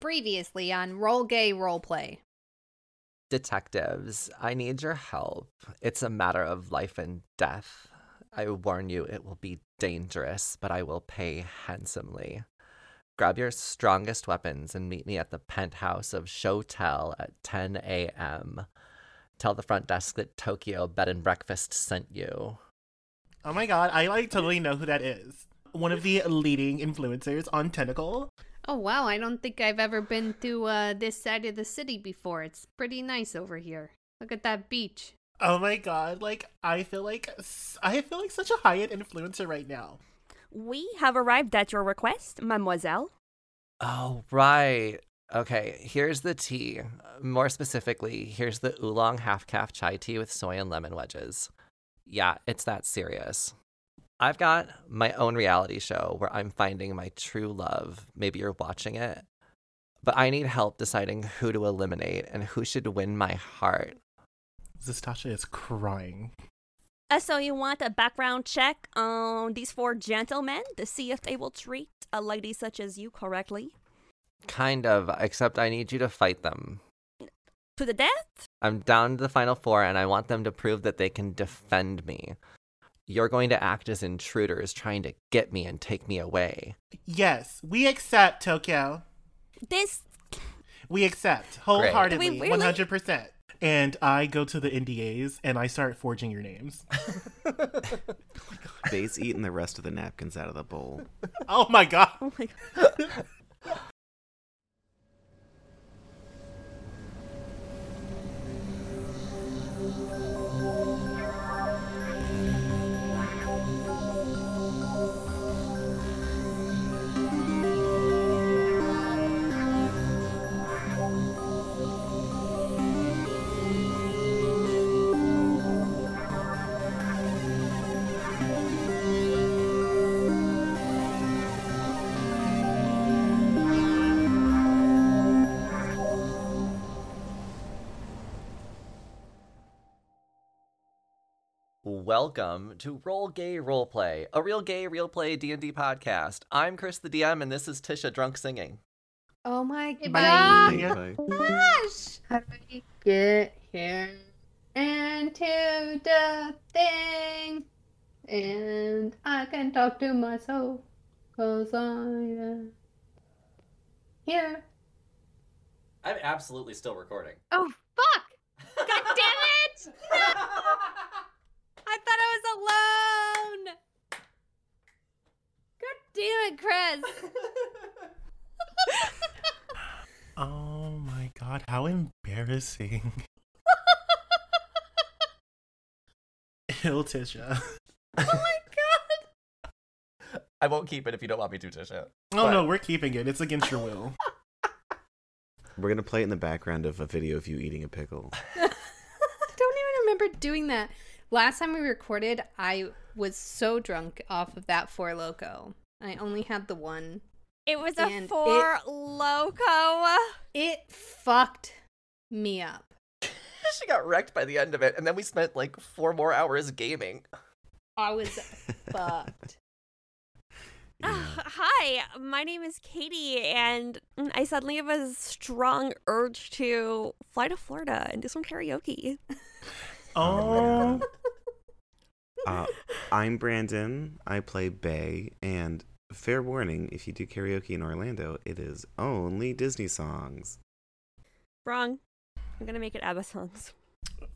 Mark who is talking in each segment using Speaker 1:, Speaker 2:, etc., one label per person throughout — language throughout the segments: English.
Speaker 1: Previously on Roll Gay Roleplay.
Speaker 2: Detectives, I need your help. It's a matter of life and death. I warn you, it will be dangerous, but I will pay handsomely. Grab your strongest weapons and meet me at the penthouse of Shotel at 10 a.m. Tell the front desk that Tokyo Bed and Breakfast sent you.
Speaker 3: Oh my god, I like totally know who that is. One of the leading influencers on Tentacle.
Speaker 1: Oh wow, I don't think I've ever been to uh, this side of the city before. It's pretty nice over here. Look at that beach.
Speaker 3: Oh my god, like I feel like s- I feel like such a high end influencer right now.
Speaker 4: We have arrived at your request, mademoiselle.
Speaker 2: Oh, right. Okay, here's the tea. More specifically, here's the oolong half calf chai tea with soy and lemon wedges. Yeah, it's that serious. I've got my own reality show where I'm finding my true love. Maybe you're watching it. But I need help deciding who to eliminate and who should win my heart.
Speaker 3: Zastasha is crying.
Speaker 4: Uh, so you want a background check on these four gentlemen to see if they will treat a lady such as you correctly?
Speaker 2: Kind of, except I need you to fight them.
Speaker 4: To the death?
Speaker 2: I'm down to the final four, and I want them to prove that they can defend me. You're going to act as intruders trying to get me and take me away.
Speaker 3: Yes, we accept Tokyo.
Speaker 4: This
Speaker 3: We accept
Speaker 2: Great.
Speaker 3: wholeheartedly,
Speaker 4: Do we really?
Speaker 3: one hundred percent. And I go to the NDAs and I start forging your names.
Speaker 5: Bay's eating the rest of the napkins out of the bowl.
Speaker 3: oh my god.
Speaker 4: Oh my god.
Speaker 2: Welcome to Roll Gay Roleplay, a real gay real play D&D podcast. I'm Chris the DM and this is Tisha drunk singing.
Speaker 6: Oh my
Speaker 1: Bye.
Speaker 3: Yeah.
Speaker 5: Bye.
Speaker 1: Gosh!
Speaker 6: How did we get here? And to the thing. And I can talk to myself. Cause I am here.
Speaker 2: I'm absolutely still recording.
Speaker 6: Oh, fuck!
Speaker 1: God damn it! I thought I was alone. God damn it, Chris.
Speaker 3: Oh my god, how embarrassing. Hill Tisha.
Speaker 2: I won't keep it if you don't want me to, Tisha.
Speaker 3: Oh
Speaker 2: But-
Speaker 3: no, we're keeping it. It's against your will.
Speaker 5: We're gonna play it in the background of a video of you eating a pickle.
Speaker 1: I don't even remember doing that. Last time we recorded, I was so drunk off of that four loco. I only had the one.
Speaker 4: It was
Speaker 1: And
Speaker 4: a
Speaker 1: it-
Speaker 4: four loco.
Speaker 1: It fucked me up.
Speaker 2: She got wrecked by the end of it, and then we spent like four more hours gaming.
Speaker 1: I was fucked.
Speaker 4: Ah, hi, my name is Katie, and I suddenly have a strong urge to fly to Florida and do some karaoke.
Speaker 3: Oh,
Speaker 5: Oh, Uh, I'm Brandon. I play Bay, and fair warning: if you do karaoke in Orlando, it is only Disney songs.
Speaker 4: Wrong. I'm gonna make it ABBA songs.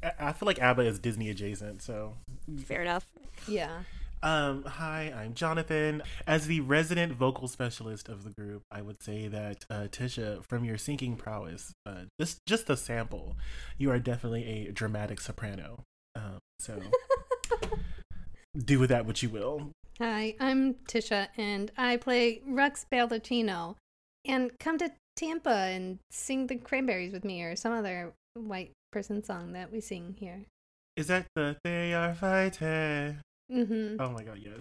Speaker 3: I-, I feel like ABBA is Disney adjacent, so.
Speaker 4: Fair enough.
Speaker 1: Yeah.
Speaker 3: Um, hi, I'm Jonathan. As the resident vocal specialist of the group, I would say that uh, Tisha, from your singing prowess, uh, just just a sample, you are definitely a dramatic soprano. Um, so do with that what you will.
Speaker 1: Hi, I'm Tisha, and I play Rux Baldacchino. And come to Tampa and sing the Cranberries with me, or some other white person song that we sing here.
Speaker 3: Is that the they are fighting?
Speaker 1: Mm-hmm.
Speaker 3: Oh my god, yes.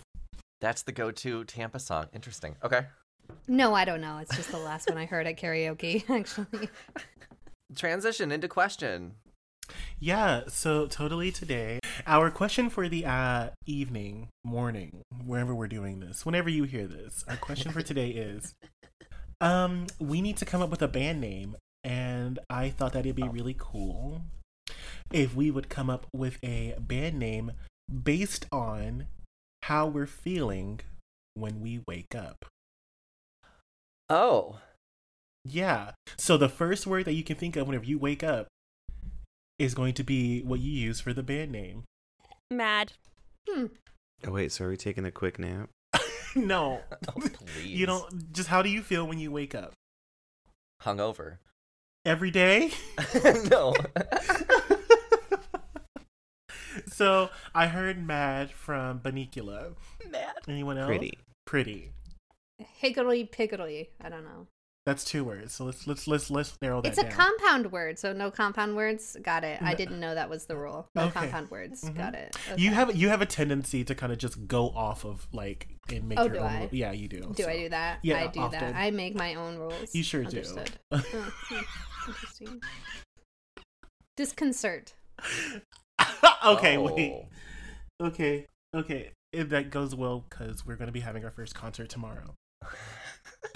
Speaker 2: That's the go-to Tampa song. Interesting. Okay.
Speaker 1: No, I don't know. It's just the last one I heard at karaoke, actually.
Speaker 2: Transition into question.
Speaker 3: Yeah, so totally today. Our question for the uh, evening, morning, wherever we're doing this, whenever you hear this, our question for today is Um, we need to come up with a band name, and I thought that it'd be really cool if we would come up with a band name based on how we're feeling when we wake up.
Speaker 2: Oh,
Speaker 3: Yeah. So the first word that you can think of whenever you wake up is going to be what you use for the band name.
Speaker 4: Mad.
Speaker 1: Hmm.
Speaker 5: Oh wait, so are we taking a quick nap?
Speaker 3: no.
Speaker 2: oh please.
Speaker 3: You don't just how do you feel when you wake up?
Speaker 2: hungover.
Speaker 3: Every day?
Speaker 2: no.
Speaker 3: so I heard mad from Banicula.
Speaker 2: Mad.
Speaker 3: Anyone else?
Speaker 5: Pretty.
Speaker 3: Pretty.
Speaker 1: Higgledy piggledy. I don't know.
Speaker 3: That's two words. So let's let's let's let's narrow that
Speaker 1: It's a
Speaker 3: down.
Speaker 1: compound word, so no compound words. Got it. I
Speaker 3: No.
Speaker 1: didn't know that was the rule. No
Speaker 3: Okay.
Speaker 1: compound words.
Speaker 3: Mhm.
Speaker 1: Got it.
Speaker 3: You
Speaker 1: Okay.
Speaker 3: have you have a tendency to kind of just go off of like and make
Speaker 1: Oh,
Speaker 3: your
Speaker 1: do
Speaker 3: own.
Speaker 1: I?
Speaker 3: rule. Yeah, you do.
Speaker 1: Do I
Speaker 3: so.
Speaker 1: do that?
Speaker 3: Yeah,
Speaker 1: I do
Speaker 3: often.
Speaker 1: that. I make my own rules.
Speaker 3: You sure do.
Speaker 1: Understood. Oh, hmm. Interesting. Disconcert.
Speaker 3: okay,
Speaker 2: Oh.
Speaker 3: wait. Okay, okay. If that goes well, because we're going to be having our first concert tomorrow.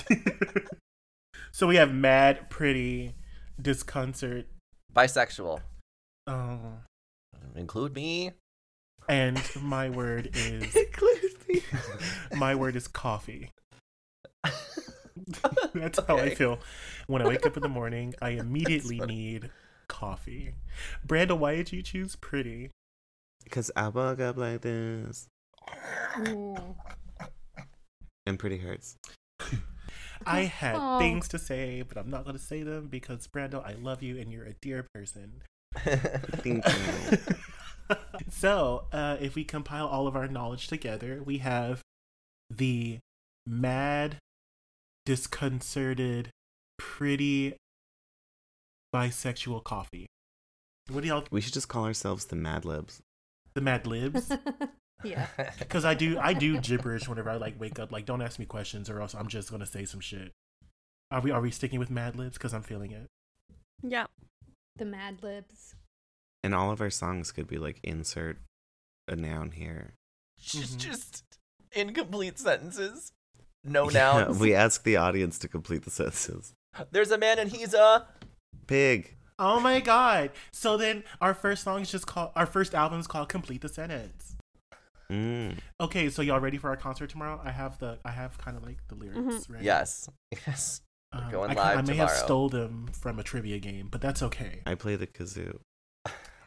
Speaker 3: so we have mad, pretty, disconcert,
Speaker 2: Bisexual.
Speaker 3: um,
Speaker 2: Include me.
Speaker 3: and my word is
Speaker 2: Include me.
Speaker 3: my word is coffee. That's how I feel. When I wake up in the morning, I immediately
Speaker 2: funny.
Speaker 3: need coffee. Brandon, why did you choose pretty?
Speaker 5: Cause I woke up like this,
Speaker 1: Ooh.
Speaker 5: and pretty hurts.
Speaker 3: I had
Speaker 1: Aw.
Speaker 3: things to say, but I'm not going to say them because Brando, I love you and you're a dear person.
Speaker 5: Thank you.
Speaker 3: so, uh, if we compile all of our knowledge together, we have the mad, disconcerted, pretty bisexual coffee. What do y'all
Speaker 5: we should just call ourselves the Mad Libs.
Speaker 3: the Mad Libs?
Speaker 1: yeah.
Speaker 3: Because I do, I do gibberish whenever I like wake up. Like, don't ask me questions, or else I'm just gonna say some shit. Are we are we sticking with Mad Libs? Because I'm feeling it.
Speaker 4: Yeah.
Speaker 1: The Mad Libs.
Speaker 5: And all of our songs could be like insert a noun here.
Speaker 2: just,
Speaker 3: Mhm.
Speaker 2: just incomplete sentences. No
Speaker 5: Yeah,
Speaker 2: nouns.
Speaker 5: we ask the audience to complete the sentences.
Speaker 2: There's a man and he's a.
Speaker 5: Pig.
Speaker 3: Oh my god! So then our first song is just called. Our first album is called "Complete the Sentence."
Speaker 5: Mm.
Speaker 3: Okay, so y'all ready for our concert tomorrow? I have the, I have kind of like the lyrics, right?
Speaker 2: Yes. Yes.
Speaker 3: Um,
Speaker 2: We're going
Speaker 3: I, ca-
Speaker 2: live
Speaker 3: I may have
Speaker 2: tomorrow.
Speaker 3: stole them from a trivia game, but that's okay.
Speaker 5: I play the kazoo.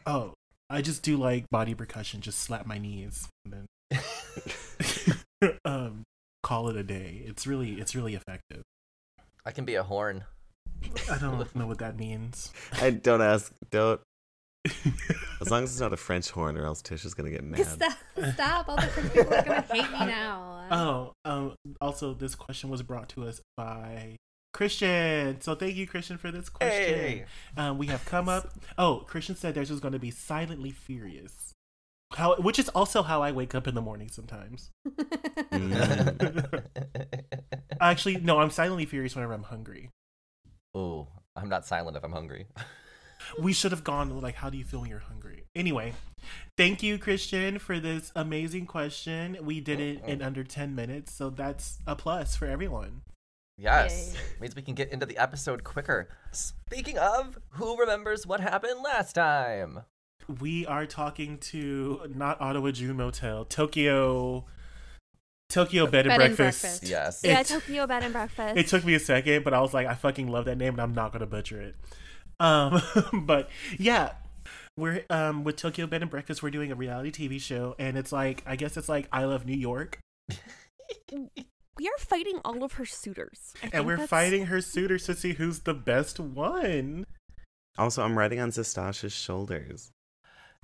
Speaker 3: Oh, I just do like body percussion, just slap my knees, and then um, call it a day. It's really, it's really effective.
Speaker 2: I can be a horn.
Speaker 3: I don't know what that means.
Speaker 5: I don't ask. Don't. As long as it's not a French horn, or else Tish is gonna get mad.
Speaker 1: Stop, stop. All the French people are going to hate me now.
Speaker 3: oh, um, also, this question was brought to us by Christian. So thank you, Christian, for this question.
Speaker 2: Hey.
Speaker 3: Um, we have come up. Oh, Christian said there's just going to be silently furious. How, which is also how I wake up in the morning sometimes.
Speaker 2: Oh.
Speaker 3: Actually, no, I'm silently furious whenever I'm hungry.
Speaker 2: Ooh, Oh, I'm not silent if I'm hungry.
Speaker 3: We should have gone like, how do you feel when you're hungry? Anyway, thank you, Christian, for this amazing question. We did it in under ten minutes, so that's a plus for everyone.
Speaker 2: Yes.
Speaker 1: Yay.
Speaker 2: Means we can get into the episode quicker. Speaking of, who remembers what happened last time?
Speaker 3: we are talking to not Ottawa Jew Motel, Tokyo, Tokyo Bed and
Speaker 1: Bed and
Speaker 3: Breakfast.
Speaker 1: breakfast.
Speaker 2: Yes.
Speaker 4: Yeah,
Speaker 3: It-
Speaker 4: Tokyo Bed and Breakfast.
Speaker 3: It took me a second, but I was like, I fucking love that name, and I'm not gonna butcher it. Um, but yeah, we're um with Tokyo Bed and Breakfast. We're doing a reality TV show, and it's like, I guess it's like I Love New York,
Speaker 4: we are fighting all of her suitors. I think
Speaker 3: and we're
Speaker 4: that's-
Speaker 3: fighting her suitors to see who's the best one.
Speaker 5: Also, I'm riding on Sestasha's shoulders.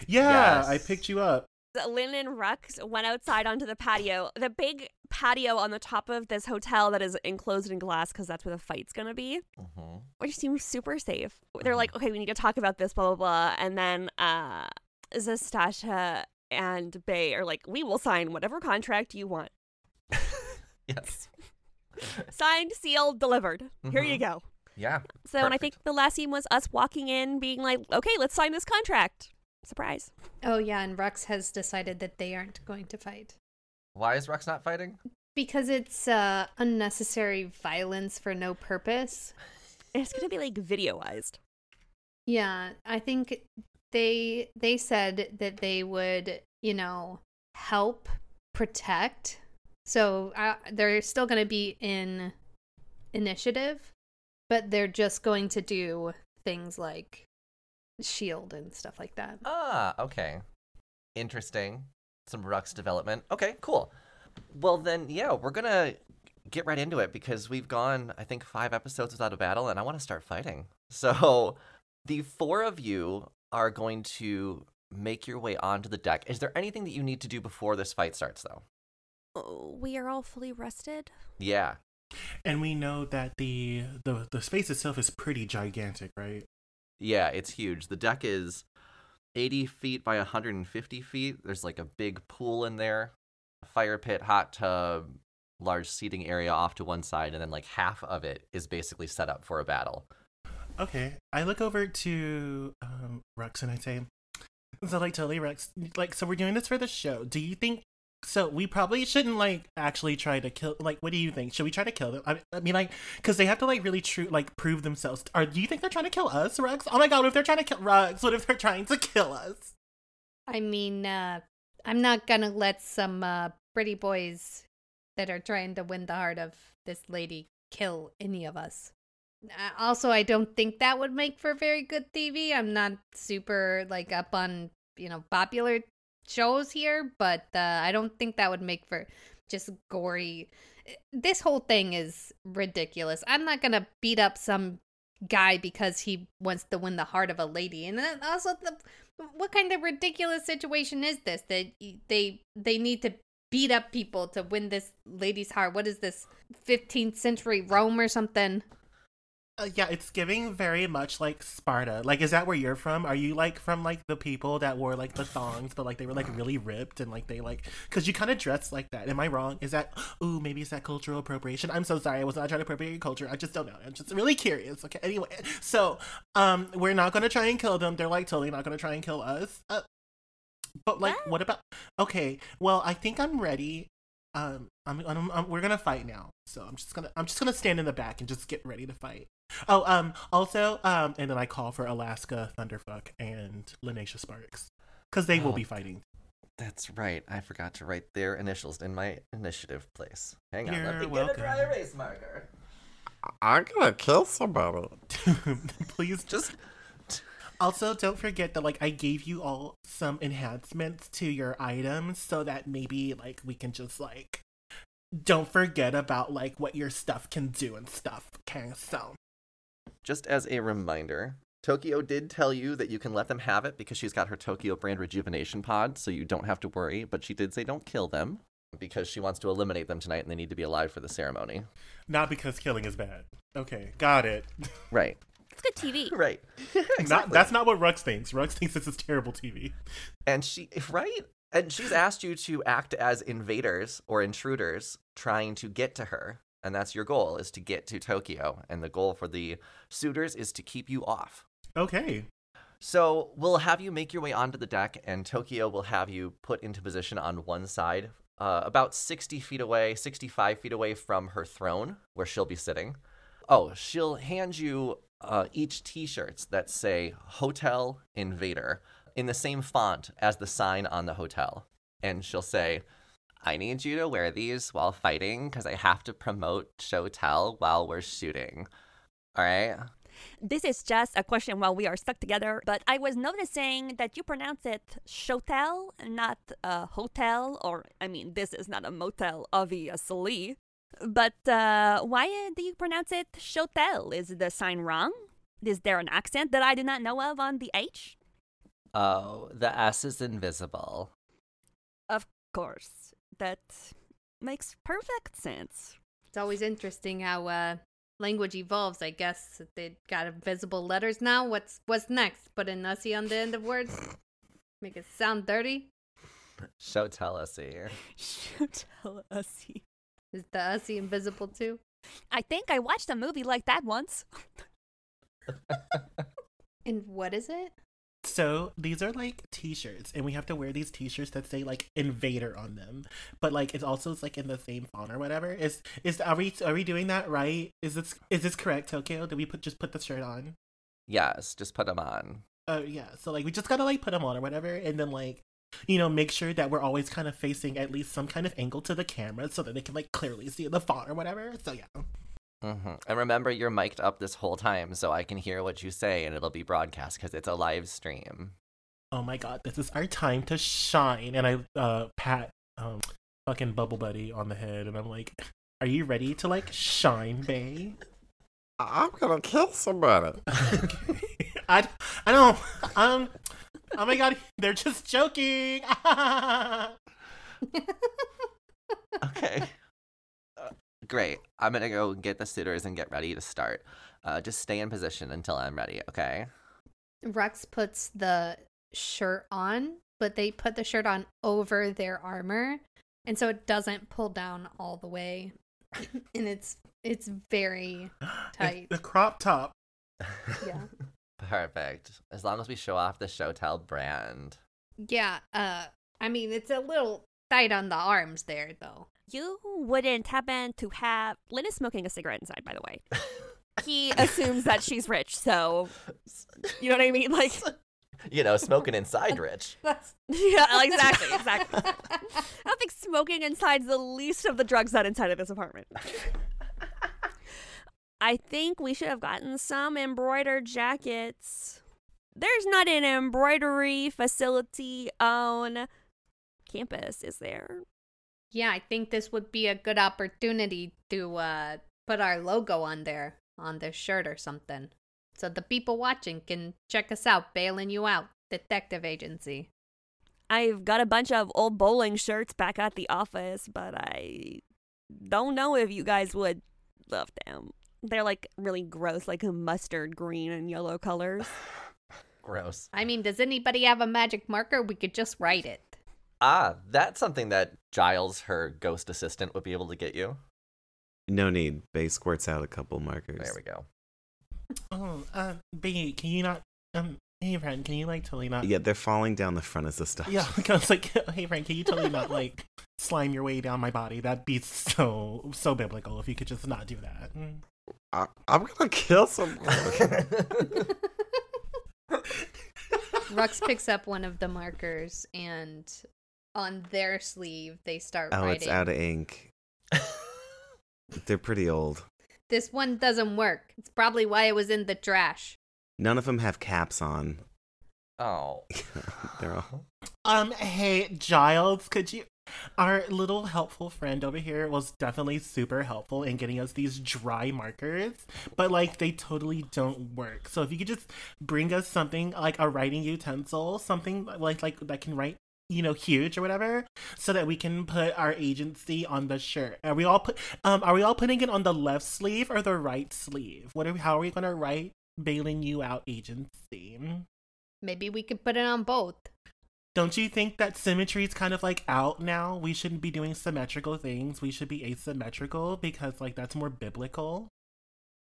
Speaker 3: Yeah,
Speaker 2: Yes.
Speaker 3: I picked you up.
Speaker 4: Lynn and Rex went outside onto the patio, the big patio on the top of this hotel that is enclosed in glass because that's where the fight's going to be,
Speaker 2: Mhm.
Speaker 4: which seems super safe. They're like, okay, we need to talk about this, blah, blah, blah. And then uh, Zastasha and Bay are like, we will sign whatever contract you want.
Speaker 2: Yes.
Speaker 4: Signed, sealed, delivered. Here you
Speaker 2: Mhm.
Speaker 3: Mm-hmm.
Speaker 4: go.
Speaker 2: Yeah.
Speaker 4: So, and I
Speaker 2: Perfect.
Speaker 4: think the last scene was us walking in, being like, okay, let's sign this contract. Surprise.
Speaker 1: Oh, yeah. And Rex has decided that they aren't going to fight.
Speaker 2: Why is Rex not fighting?
Speaker 1: because it's uh, unnecessary violence for no purpose.
Speaker 4: It's gonna be like videoized.
Speaker 1: Yeah, I think they they said that they would, you know, help protect. So I, they're still going to be in initiative, but they're just going to do things like shield and stuff like that.
Speaker 2: Ah, okay. Interesting. Some Rux development. Okay, cool. Well, then, yeah, we're going to get right into it because we've gone, I think, five episodes without a battle, and I want to start fighting. So, the four of you are going to make your way onto the deck. Is there anything that you need to do before this fight starts, though?
Speaker 4: Oh, we are all fully rested.
Speaker 2: Yeah.
Speaker 3: And we know that the, the the space itself is pretty gigantic, right?
Speaker 2: Yeah, it's huge. The deck is 80 feet by 150 feet. There's like a big pool in there, a fire pit, hot tub, large seating area off to one side, and then like half of it is basically set up for a battle.
Speaker 3: Okay. I look over to um, Rex and I say, so like totally Rex, like so we're doing this for the show. Do you think so? We probably shouldn't like actually try to kill. Like, what do you think? Should we try to kill them? I, I mean, like, because they have to like really true like prove themselves. Are do you think they're trying to kill us, Rex? Oh my god, what if they're trying to kill Rex? What if they're trying to kill us?
Speaker 1: I mean, uh, I'm not going to let some uh, pretty boys that are trying to win the heart of this lady kill any of us. Uh, Also, I don't think that would make for very good TV. I'm not super like up on, you know, popular shows here, but uh, I don't think that would make for just gory. eh, This whole thing is ridiculous. I'm not going to beat up some guy because he wants to win the heart of a lady. And then also the what kind of ridiculous situation is this that y- they they need to beat up people to win this lady's heart? What is this 15th century Rome or something?
Speaker 3: Uh, yeah, it's giving very much like Sparta. Like, is that where you're from? Are you like from like the people that wore like the thongs, but like they were like really ripped and like they like because you kind of dress like that. Am I wrong? Is that ooh maybe it's that cultural appropriation? I'm so sorry. I was not trying to appropriate your culture. I just don't know. I'm just really curious. Okay. Anyway, so um, we're not gonna try and kill them. They're like totally not gonna try and kill us. Uh, but like,
Speaker 4: Ah.
Speaker 3: what about? Okay. Well, I think I'm ready. Um, I'm, I'm, I'm we're gonna fight now. So I'm just gonna I'm just gonna stand in the back and just get ready to fight. Oh, um, also, um, and then I call for Alaska Thunderfuck and Linacia Sparks because they will
Speaker 2: Oh.
Speaker 3: be fighting.
Speaker 2: That's right. I forgot to write their initials in my initiative place. Hang on,
Speaker 3: You're
Speaker 2: let me
Speaker 3: welcome.
Speaker 2: get a dry erase marker.
Speaker 5: I'm gonna kill somebody.
Speaker 3: Please.
Speaker 2: Just
Speaker 3: Also, don't forget that like I gave you all some enhancements to your items so that maybe like we can just like don't forget about like what your stuff can do and stuff. Okay, so
Speaker 2: just as a reminder, Tokyo did tell you that you can let them have it because she's got her Tokyo brand rejuvenation pod, so you don't have to worry. But she did say don't kill them because she wants to eliminate them tonight and they need to be alive for the ceremony.
Speaker 3: not because killing is bad. Okay, got it.
Speaker 2: Right.
Speaker 4: It's good TV.
Speaker 2: Right.
Speaker 3: Not that's not what Rux thinks. Rux thinks this is terrible TV.
Speaker 2: And she, right? And she's asked you to act as invaders or intruders trying to get to her. And that's your goal is to get to Tokyo. And the goal for the suitors is to keep you off.
Speaker 3: Okay.
Speaker 2: So we'll have you make your way onto the deck, and Tokyo will have you put into position on one side, uh, about 60 feet away, 65 feet away from her throne, where she'll be sitting. Oh, she'll hand you uh, each t shirts that say Hotel Invader in the same font as the sign on the hotel. And she'll say, I need you to wear these while fighting because I have to promote show tell while we're shooting. All right?
Speaker 4: This is just a question while we are stuck together, but I was noticing that you pronounce it shotel, not uh, hotel, or I mean, this is not a motel, obviously. But uh, why do you pronounce it shotel? Is the sign wrong? Is there an accent that I do not know of on the H?
Speaker 2: Oh, the S is invisible.
Speaker 4: Of course. That makes perfect sense.
Speaker 1: It's always interesting how uh, language evolves. I guess they got invisible letters now. What's what's next? Put an ussy on the end of words. Make it sound dirty.
Speaker 2: Show tell us here.
Speaker 4: Shotel, Usy.
Speaker 1: Is the ussy invisible too?
Speaker 4: I think I watched a movie like that once.
Speaker 1: And what is it?
Speaker 3: So these are like t-shirts and we have to wear these t-shirts that say like invader on them. But like it's also it's like in the same font or whatever. Is is are we are we doing that right? Is this is this correct, Tokyo? Did we put just put the shirt on?
Speaker 2: Yes, just put them on.
Speaker 3: Oh yeah. So like we just gotta like put them on or whatever and then like you know, make sure that we're always kind of facing at least some kind of angle to the camera so that they can like clearly see the font or whatever. So yeah.
Speaker 2: hmm And remember, you're mic'd up this whole time, so I can hear what you say, and it'll be broadcast because it's a live stream.
Speaker 3: Oh my god, this is our time to shine. And I uh pat um fucking bubble buddy on the head and I'm like, Are you ready to like shine, bae?
Speaker 5: I'm gonna kill somebody.
Speaker 3: I I don't um Oh my god, they're just joking.
Speaker 2: Okay. Uh, Great. I'm gonna go get the suitors and get ready to start. Uh, just stay in position until I'm ready, okay?
Speaker 1: Rex puts the shirt on, but they put the shirt on over their armor, and so it doesn't pull down all the way. and it's it's very Tight.
Speaker 3: The crop top.
Speaker 1: yeah.
Speaker 2: Perfect. As long as we show off the Showtell brand.
Speaker 1: Yeah, uh I mean it's a little tight on the arms there though.
Speaker 4: You wouldn't happen to have. Lynn is smoking a cigarette inside, by the way. He assumes that she's rich, so you know what I mean. Like,
Speaker 2: You know, smoking inside rich.
Speaker 1: That's
Speaker 4: yeah, like, exactly, exactly. I don't think smoking inside's the least of the drugs that inside of this apartment. I think we should have gotten some embroidered jackets. There's not an embroidery facility on campus, is there?
Speaker 1: yeah, I think this would be a good opportunity to uh put our logo on there on their shirt or something. So the people watching can check us out, bailing you out, detective agency.
Speaker 4: I've got a bunch of old bowling shirts back at the office, but I don't know if you guys would love them. They're like really gross, like mustard green and yellow colors.
Speaker 2: Gross.
Speaker 1: I mean, does anybody have a magic marker? We could just write it.
Speaker 2: Ah, that's something that Giles, her ghost assistant, would be able to get you.
Speaker 5: No need. Bay squirts out a couple markers.
Speaker 2: There we go.
Speaker 3: Oh, uh, bae, can you not um hey friend, can you like totally not
Speaker 5: Yeah, they're falling down the front of the stuff.
Speaker 3: Yeah, I was like, hey friend, can you totally not like slime your way down my body? That'd be so so biblical if you could just not do that. Mm.
Speaker 5: I- I'm gonna kill somebody.
Speaker 1: Rux picks up one of the markers and on their sleeve they start
Speaker 5: oh,
Speaker 1: writing.
Speaker 5: it's out of ink. They're pretty old.
Speaker 1: This one doesn't work. It's probably why it was in the trash.
Speaker 5: None of them have caps on.
Speaker 2: oh.
Speaker 5: They're all.
Speaker 3: Um, hey Giles, could you? Our little helpful friend over here was definitely super helpful in getting us these dry markers, but like they totally don't work. So if you could just bring us something like a writing utensil, something like like that can write, you know, huge or whatever, so that we can put our agency on the shirt. Are we all put? Um, are we all putting it on the left sleeve or the right sleeve? What are we, how are we gonna write bailing you out agency?
Speaker 1: Maybe we could put it on both.
Speaker 3: Don't you think that symmetry is kind of like out now? We shouldn't be doing symmetrical things. We should be asymmetrical because like that's more biblical.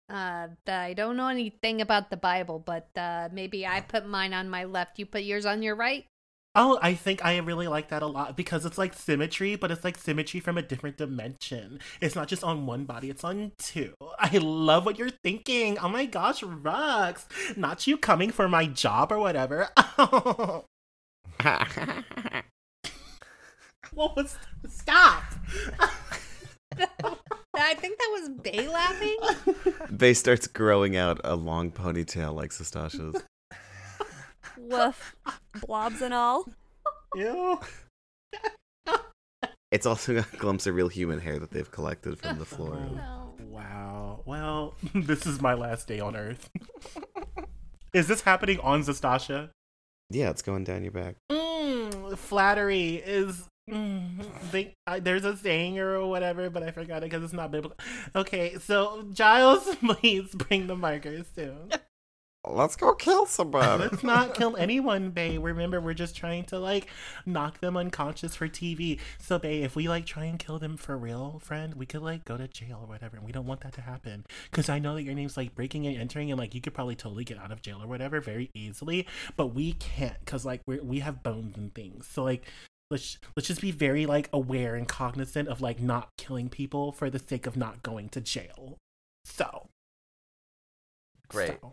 Speaker 1: Uh, th- I don't know anything about the Bible, but uh, maybe
Speaker 5: Ah.
Speaker 1: I put mine on my left. You put yours on your right.
Speaker 3: Oh, I think I really like that a lot because it's like symmetry, but it's like symmetry from a different dimension. It's not just on one body, it's on two. I love what you're thinking. Oh my gosh, Rux. Not you coming for my job or whatever. Oh, what was stop?
Speaker 1: I think that was Bay laughing.
Speaker 5: Bay starts growing out a long ponytail like Sestacia's.
Speaker 4: Woof, blobs and all.
Speaker 3: Ew.
Speaker 5: It's also got clumps of real human hair that they've collected from the floor.
Speaker 1: No.
Speaker 3: Wow. Well, this is my last day on Earth. is this happening on Zastasha?
Speaker 5: Yeah, it's going down your back.
Speaker 3: Mm, flattery is. Mm, they, I, there's a saying or whatever, but I forgot it because it's not biblical. Okay, so Giles, please bring the markers too.
Speaker 5: Let's go kill somebody.
Speaker 3: Let's not kill anyone, Bay. Remember, we're just trying to like knock them unconscious for TV. So, Bay, if we like try and kill them for real, friend, we could like go to jail or whatever. And we don't want that to happen because I know that your name's like breaking and entering, and like you could probably totally get out of jail or whatever very easily. But we can't because like we we have bones and things. So like. Let's, let's just be very like aware and cognizant of like not killing people for the sake of not going to jail. So
Speaker 2: Great.
Speaker 3: so.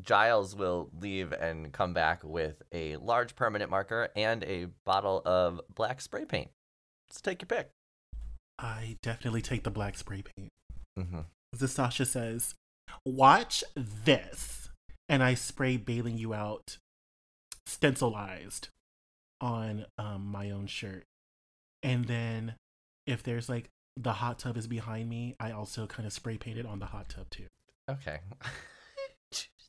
Speaker 2: Giles will leave and come back with a large permanent marker and a bottle of black spray paint. Let's take your pick.
Speaker 3: I definitely take the black spray paint.
Speaker 2: Mm-hmm.
Speaker 3: Zasasha says, Watch this. And I spray bailing you out stencilized on um, my own shirt. And then if there's like the hot tub is behind me, I also kind of spray paint it on the hot tub too.
Speaker 2: Okay.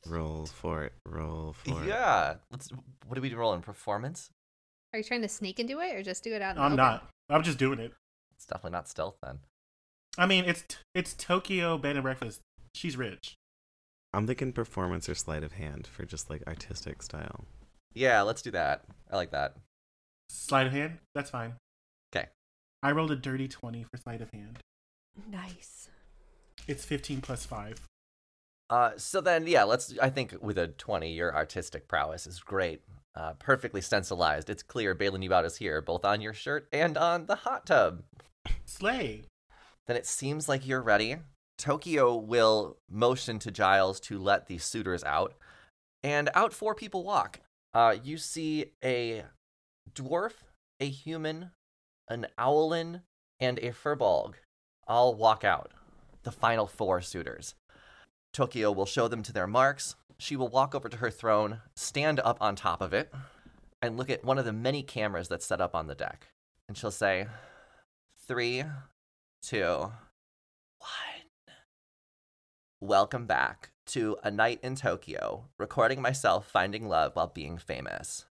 Speaker 5: roll for it. Roll for it.
Speaker 2: yeah. Let's. What do we roll in performance?
Speaker 1: Are you trying to sneak into it or just do it out? in the
Speaker 3: I'm
Speaker 1: open?
Speaker 3: not. I'm just doing it.
Speaker 2: It's definitely not stealth then.
Speaker 3: I mean, it's it's Tokyo bed and breakfast. She's rich.
Speaker 5: I'm thinking performance or sleight of hand for just like artistic style.
Speaker 2: Yeah, let's do that. I like that.
Speaker 3: Sleight of hand, that's fine.
Speaker 2: 'Kay.
Speaker 3: I rolled a dirty twenty for sleight of hand.
Speaker 4: Nice.
Speaker 3: It's fifteen plus five.
Speaker 2: Uh, so then, yeah, let's. I think with a twenty, your artistic prowess is great. Uh, perfectly stencilized. It's clear Balin Yubat is here, both on your shirt and on the hot tub.
Speaker 3: Slay.
Speaker 2: Then it seems like you're ready. Tokyo will motion to Giles to let the suitors out, and out four people walk. Uh, you see a dwarf, a human, an owlin, and a furbolg all walk out. The final four suitors. Tokyo will show them to their marks. She will walk over to her throne, stand up on top of it, and look at one of the many cameras that's set up on the deck. And she'll say, Three, two, one. Welcome back to A Night in Tokyo, recording myself finding love while being famous.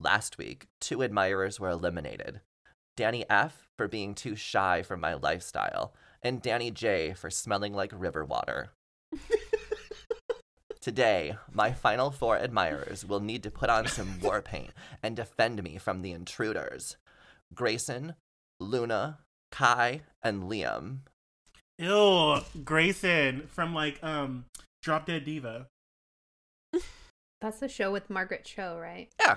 Speaker 2: Last week, two admirers were eliminated Danny F. for being too shy for my lifestyle, and Danny J. for smelling like river water. Today, my final four admirers will need to put on some war paint and defend me from the intruders Grayson, Luna, Kai, and Liam.
Speaker 3: Ew, Grayson from like um Drop Dead Diva.
Speaker 1: That's the show with Margaret Cho, right?
Speaker 2: Yeah.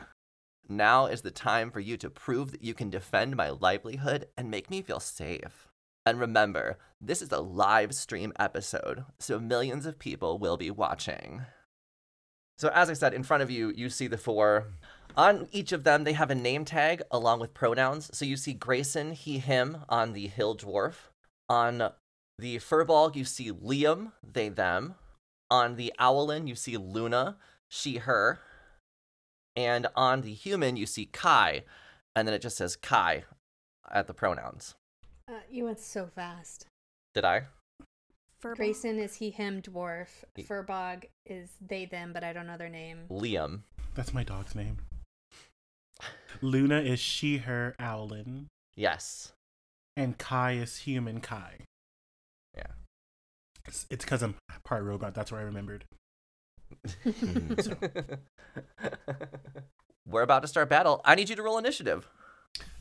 Speaker 2: Now is the time for you to prove that you can defend my livelihood and make me feel safe. And remember, this is a live stream episode, so millions of people will be watching. So, as I said, in front of you, you see the four. On each of them, they have a name tag along with pronouns. So, you see Grayson, he, him on the hill dwarf. On the furbolg, you see Liam, they, them. On the owlin, you see Luna, she, her. And on the human, you see Kai, and then it just says Kai at the pronouns.
Speaker 1: Uh, you went so fast.
Speaker 2: Did I?
Speaker 4: Furball.
Speaker 1: Grayson is he, him, dwarf.
Speaker 2: Ye-
Speaker 1: Furbog is they, them, but I don't know their name.
Speaker 2: Liam.
Speaker 3: That's my dog's name. Luna is she, her, Owlin,
Speaker 2: Yes.
Speaker 3: and Kai is human Kai.
Speaker 2: Yeah.
Speaker 3: It's because I'm part robot. That's where I remembered.
Speaker 5: Mm-hmm.
Speaker 2: We're about to start battle. I need you to roll initiative.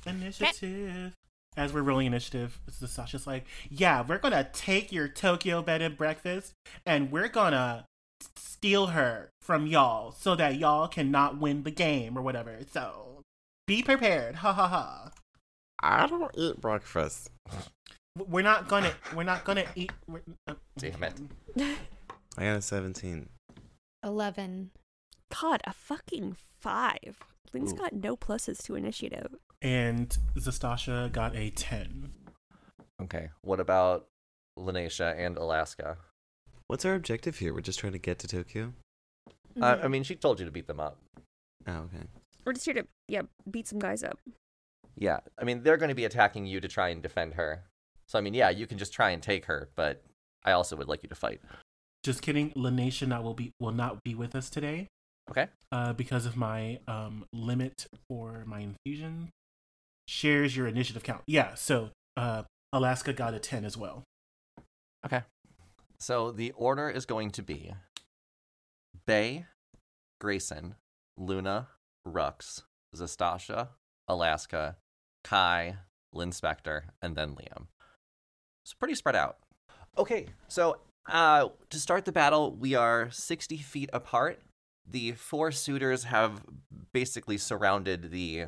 Speaker 3: Initiative. As we're rolling initiative, so Sasha's like, "Yeah, we're gonna take your Tokyo bed and breakfast, and we're gonna steal her from y'all, so that y'all cannot win the game or whatever. So be prepared. Ha ha ha."
Speaker 5: I don't eat breakfast.
Speaker 3: We're not gonna. We're not gonna eat. We're, uh,
Speaker 2: Damn it.
Speaker 5: I got a 17.
Speaker 1: 11.
Speaker 4: God, a fucking five. Lynn's
Speaker 5: Ooh.
Speaker 4: got no pluses to initiative.
Speaker 3: And Zastasha got a ten.
Speaker 2: Okay. What about Lanesha and Alaska?
Speaker 5: What's our objective here? We're just trying to get to Tokyo.
Speaker 2: Uh,
Speaker 1: Mm-hmm.
Speaker 2: I mean, she told you to beat them up.
Speaker 5: Oh, okay.
Speaker 4: We're just here to yeah beat some guys up.
Speaker 2: Yeah. I mean, they're going to be attacking you to try and defend her. So, I mean, yeah, you can just try and take her, but I also would like you to fight.
Speaker 3: Just kidding. Lanation not will be will not be with us today
Speaker 2: Okay.
Speaker 3: uh, because of my um, limit for my infusion. Shares your initiative count. Yeah. So uh, Alaska got a ten as well.
Speaker 2: Okay. So the order is going to be Bay, Grayson, Luna, Rux, Zastasha, Alaska, Kai, Lynn Spector, and then Liam. It's pretty spread out. Okay, so uh, to start the battle, we are 60 feet apart. The four suitors have basically surrounded the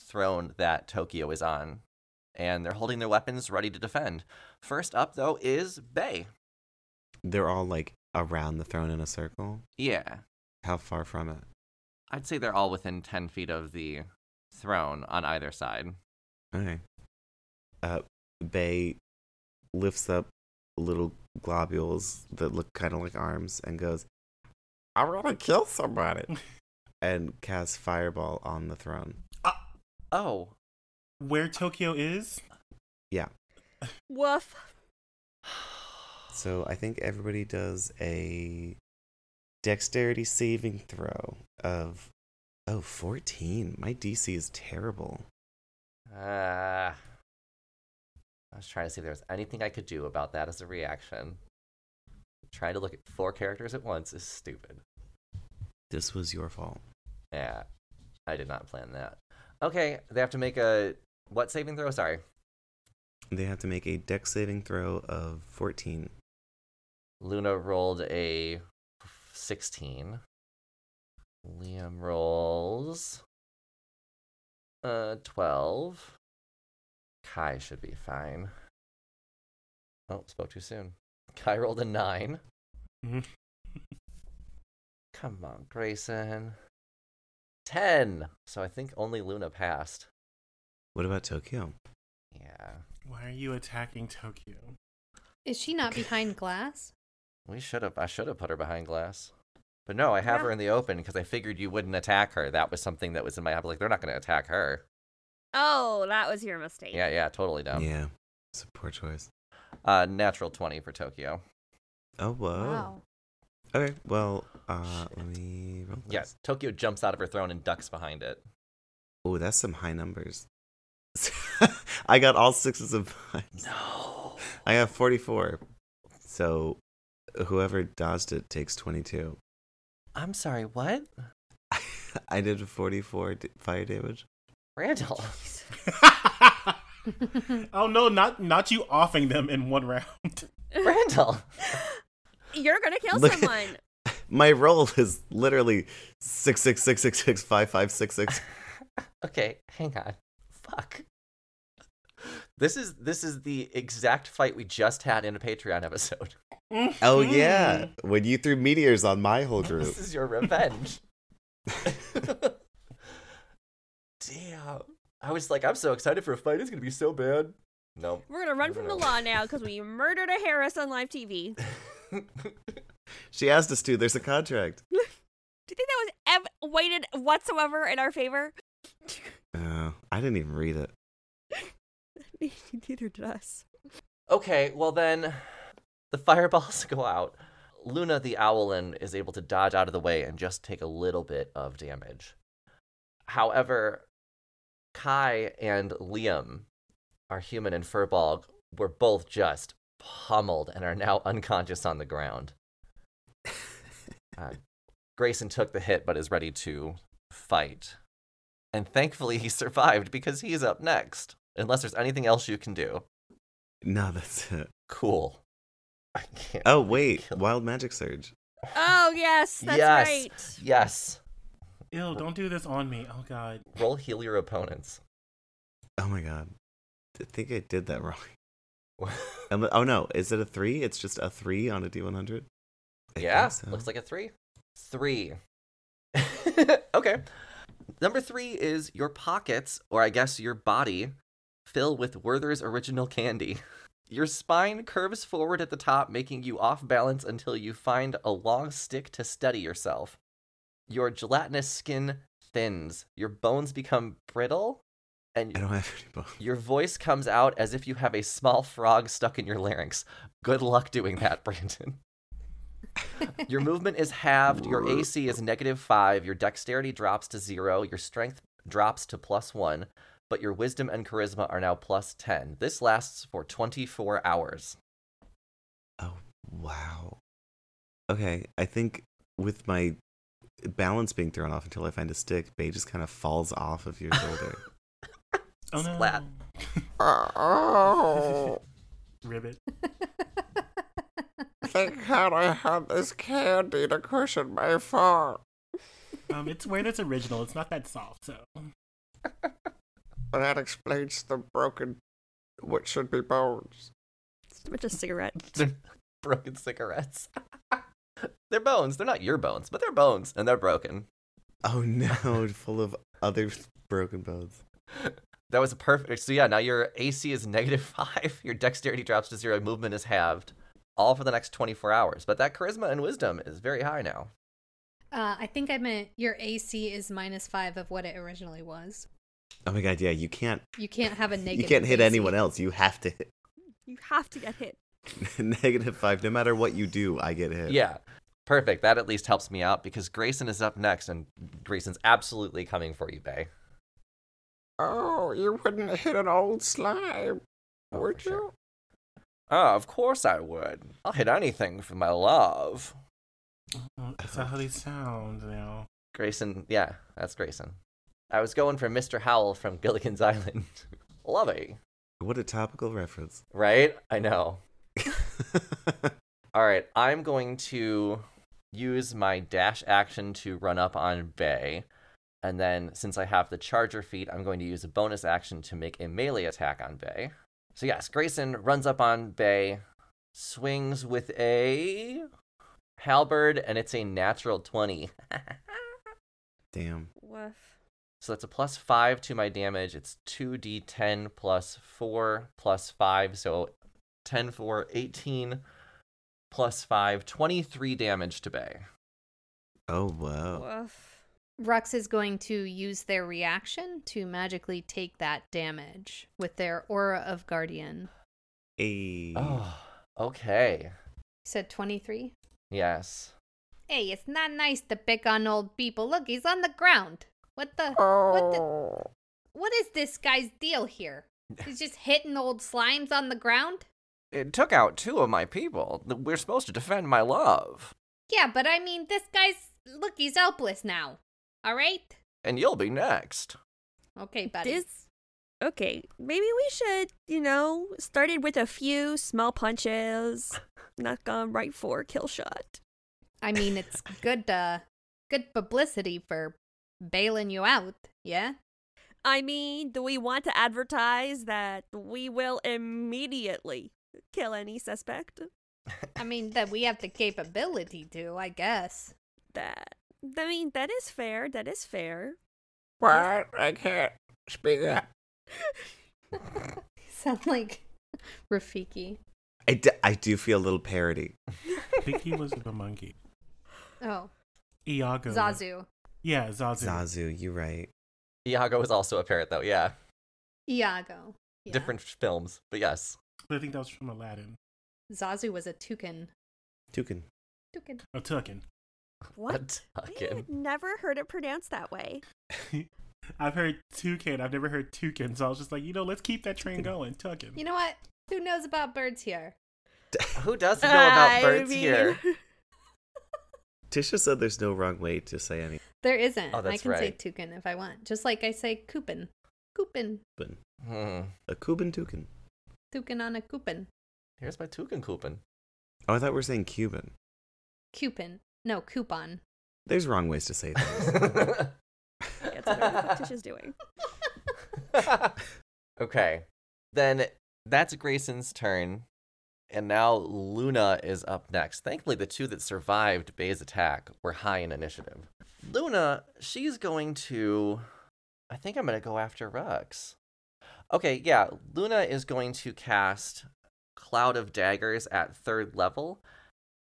Speaker 2: throne that Tokyo is on, and they're holding their weapons ready to defend. First up, though, is Bay.
Speaker 5: They're all like around the throne in a circle.
Speaker 2: Yeah,
Speaker 5: How far from it?
Speaker 2: I'd say they're all within 10 feet of the throne on either side.
Speaker 5: Okay. Uh, Bay lifts up little globules that look kind of like arms and goes, I want to kill somebody. and casts Fireball on the throne.
Speaker 2: Oh,
Speaker 3: Where Tokyo is?
Speaker 4: Woof.
Speaker 5: So I think everybody does a dexterity saving throw of, oh, 14. My DC is terrible.
Speaker 2: Uh, I was trying to see if there was anything I could do about that as a reaction. Trying to look at four characters at once is stupid.
Speaker 5: This was your fault.
Speaker 2: Yeah, I did not plan that. Okay, they have to make a what saving throw? Sorry,
Speaker 5: They have to make a dex saving throw of 14.
Speaker 2: Luna rolled a sixteen. Liam rolls uh twelve. Kai should be fine. Oh, spoke too soon. Kai rolled a nine. Come on, Grayson. 10. So I think only Luna passed.
Speaker 5: What about Tokyo?
Speaker 2: Yeah.
Speaker 3: Why are you attacking Tokyo?
Speaker 1: Is she not behind glass?
Speaker 2: We should have I should have put her behind glass. But no, I have her in the open because I figured you wouldn't attack her. That was something that was in my head. Like they're not going to attack her.
Speaker 4: Oh, that was your mistake.
Speaker 2: Yeah, yeah, totally dumb.
Speaker 5: Yeah. It's a poor choice.
Speaker 2: Uh, natural twenty for Tokyo.
Speaker 5: Oh, whoa.
Speaker 1: Wow.
Speaker 5: Okay, well, uh,
Speaker 2: Shit.
Speaker 5: let me roll this.
Speaker 2: Yes, Tokyo jumps out of her throne and ducks behind it.
Speaker 5: Oh, that's some high numbers. I got all sixes of fives.
Speaker 2: No.
Speaker 5: I have 44. So whoever dodged it takes 22.
Speaker 2: I'm sorry. What?
Speaker 5: I did 44 d- fire damage.
Speaker 2: Randall.
Speaker 3: oh no, not not you offing them in one round.
Speaker 2: Randall.
Speaker 4: You're gonna kill
Speaker 5: Look-
Speaker 4: someone.
Speaker 5: My roll is literally 666665566.
Speaker 2: Okay, hang on. Fuck. This is this is the exact fight we just had in a Patreon episode.
Speaker 5: Oh, yeah. When you threw meteors on my whole group.
Speaker 2: This is your revenge. Damn. I was like, I'm so excited for a fight. It's gonna be so bad. No.
Speaker 4: We're gonna run from the law now because we murdered a Harris on live TV. Do
Speaker 5: She asked us to. There's a contract.
Speaker 4: you think that was ev- weighted whatsoever in our favor?
Speaker 5: Oh, I didn't even read it.
Speaker 4: Neither did us.
Speaker 2: okay, well then, the fireballs go out. Luna the Owlin is able to dodge out of the way and just take a little bit of damage. However, Kai and Liam, our human and furbolg, were both just pummeled and are now unconscious on the ground. Uh, Grayson took the hit but is ready to fight. And thankfully, he survived because he's up next. Unless there's anything else you can do.
Speaker 5: No, that's it.
Speaker 2: Cool. I can't.
Speaker 5: Oh, wait.
Speaker 2: Kill-
Speaker 5: Wild Magic Surge.
Speaker 4: Oh yes, that's
Speaker 2: Yes.
Speaker 4: right.
Speaker 2: Yes.
Speaker 3: Ew, don't do this on me. Oh god.
Speaker 2: Roll heal your opponents.
Speaker 5: Oh my god. I think I did that wrong. Um, Oh no, is it a three? It's just a three on a D100? I
Speaker 2: yeah.
Speaker 5: think so.
Speaker 2: Looks like a three. Three. okay. Number three is your pockets, or I guess your body, fill with Werther's original candy. Your spine curves forward at the top, making you off balance until you find a long stick to steady yourself. Your gelatinous skin thins. Your bones become brittle, and
Speaker 5: I don't have any bones.
Speaker 2: Your voice comes out as if you have a small frog stuck in your larynx. Good luck doing that, Brandon. your movement is halved, your AC is negative five, your dexterity drops to zero, your strength drops to plus one, but your wisdom and charisma are now plus 10. This lasts for 24 hours.
Speaker 5: Oh wow. Okay, I think with my balance being thrown off until I find a stick, Bay just kind of falls off of your shoulder.
Speaker 3: Oh no.
Speaker 2: Splat.
Speaker 7: Oh,
Speaker 3: Ribbit.
Speaker 7: thank God I had this candy to cushion my fall.
Speaker 3: Um, it's weird. It's original. It's not that soft. So
Speaker 7: But that explains the broken, what should be bones.
Speaker 4: Which is cigarette.
Speaker 2: They're broken cigarettes. they're bones. They're not your bones, but they're bones and they're broken.
Speaker 5: oh no, full of other broken bones.
Speaker 2: That was a perfect. So yeah, now your AC is negative five. Your dexterity drops to zero. Movement is halved. All for the next 24 hours. But that charisma and wisdom is very high now.
Speaker 1: Uh, I think I meant your AC is minus five of what it originally was.
Speaker 5: Oh my god, yeah, you can't
Speaker 1: You can't have a
Speaker 5: you
Speaker 1: negative.
Speaker 5: can't hit
Speaker 1: AC.
Speaker 5: anyone else. You have to hit
Speaker 4: You have to get hit.
Speaker 5: negative five. No matter what you do, I get hit.
Speaker 2: Yeah. Perfect. That at least helps me out because Grayson is up next and Grayson's absolutely coming for you, Bay.
Speaker 7: Oh, you wouldn't hit an old slime,
Speaker 2: Oh,
Speaker 7: would
Speaker 2: for sure.
Speaker 7: you?
Speaker 2: Oh, of course I would. I'll hit anything for my love.
Speaker 3: Oh, that's not how they sound now.
Speaker 2: Grayson, yeah, that's Grayson. I was going for Mr. Howell from Gilligan's Island. Lovey,
Speaker 5: What a topical reference.
Speaker 2: right? I know. All right, I'm going to use my dash action to run up on Bay. And then, since I have the charger feat, I'm going to use a bonus action to make a melee attack on Bay. So, yes, Grayson runs up on Bay, swings with a halberd, and it's a natural 20.
Speaker 5: Damn.
Speaker 4: Woof.
Speaker 2: So that's a plus five to my damage. It's 2d10 plus four plus five. So 10 for 18 plus five, 23 damage to Bay.
Speaker 5: Oh wow.
Speaker 4: Woof.
Speaker 1: Rux is going to use their reaction to magically take that damage with their aura of guardian.
Speaker 5: Hey.
Speaker 2: Oh, okay.
Speaker 1: He said 23.
Speaker 2: Yes.
Speaker 1: Hey, it's not nice to pick on old people. Look, he's on the ground. What the? What, the,
Speaker 7: Oh,
Speaker 1: what is this guy's deal here? He's just hitting old slimes on the ground?
Speaker 2: It took out two of my people. We're supposed to defend my love.
Speaker 1: Yeah, but I mean, this guy's. Look, he's helpless now. All right?
Speaker 2: And you'll be next.
Speaker 1: Okay, buddy.
Speaker 4: This. Okay, maybe we should, you know, started with a few small punches, not gone right for a kill shot.
Speaker 1: I mean, it's good, uh, good publicity for bailing you out, yeah?
Speaker 4: I mean, do we want to advertise that we will immediately kill any suspect?
Speaker 1: I mean, that we have the capability to, I guess.
Speaker 4: That I mean, that is fair. That is fair.
Speaker 7: what? I can't speak up.
Speaker 1: Sound like Rafiki.
Speaker 5: I, d- I do feel a little parody.
Speaker 3: Vicky was the monkey.
Speaker 1: Oh,
Speaker 3: Iago.
Speaker 1: Zazu.
Speaker 3: Yeah, Zazu.
Speaker 5: Zazu, you're right.
Speaker 2: Iago is also a parrot, though. Yeah.
Speaker 1: Iago. Yeah.
Speaker 2: Different films, but yes.
Speaker 3: I think that was from Aladdin.
Speaker 1: Zazu was a toucan.
Speaker 5: Tukin.
Speaker 1: Toucan.
Speaker 3: A Tuckin.
Speaker 4: What? I
Speaker 2: Again.
Speaker 4: had never heard it pronounced that way.
Speaker 3: I've heard Toucan. I've never heard Toucan. So I was just like, you know, let's keep that train going. Tuckin.
Speaker 1: You know what? Who knows about birds here?
Speaker 2: Who doesn't know about
Speaker 4: I
Speaker 2: birds
Speaker 4: mean-
Speaker 2: here?
Speaker 5: Tisha said there's no wrong way to say anything.
Speaker 1: There isn't.
Speaker 2: Oh,
Speaker 1: I
Speaker 2: that's
Speaker 1: can say
Speaker 2: right.
Speaker 1: toucan if I want. Just like I say coupon. Coupon.
Speaker 2: Hmm.
Speaker 5: A Cuban Tukin.
Speaker 1: Toucan on a coupon.
Speaker 2: Here's my toucan coupon.
Speaker 5: Oh, I thought we were saying Cuban.
Speaker 1: Coupon. No, coupon.
Speaker 5: There's wrong ways to say things.
Speaker 4: That's what Tisha's doing.
Speaker 2: okay. Then that's Grayson's turn. And now Luna is up next. Thankfully, the two that survived Bay's attack were high in initiative. Luna, she's going to. I think I'm going to go after Rux. Okay, yeah. Luna is going to cast Cloud of Daggers at third level.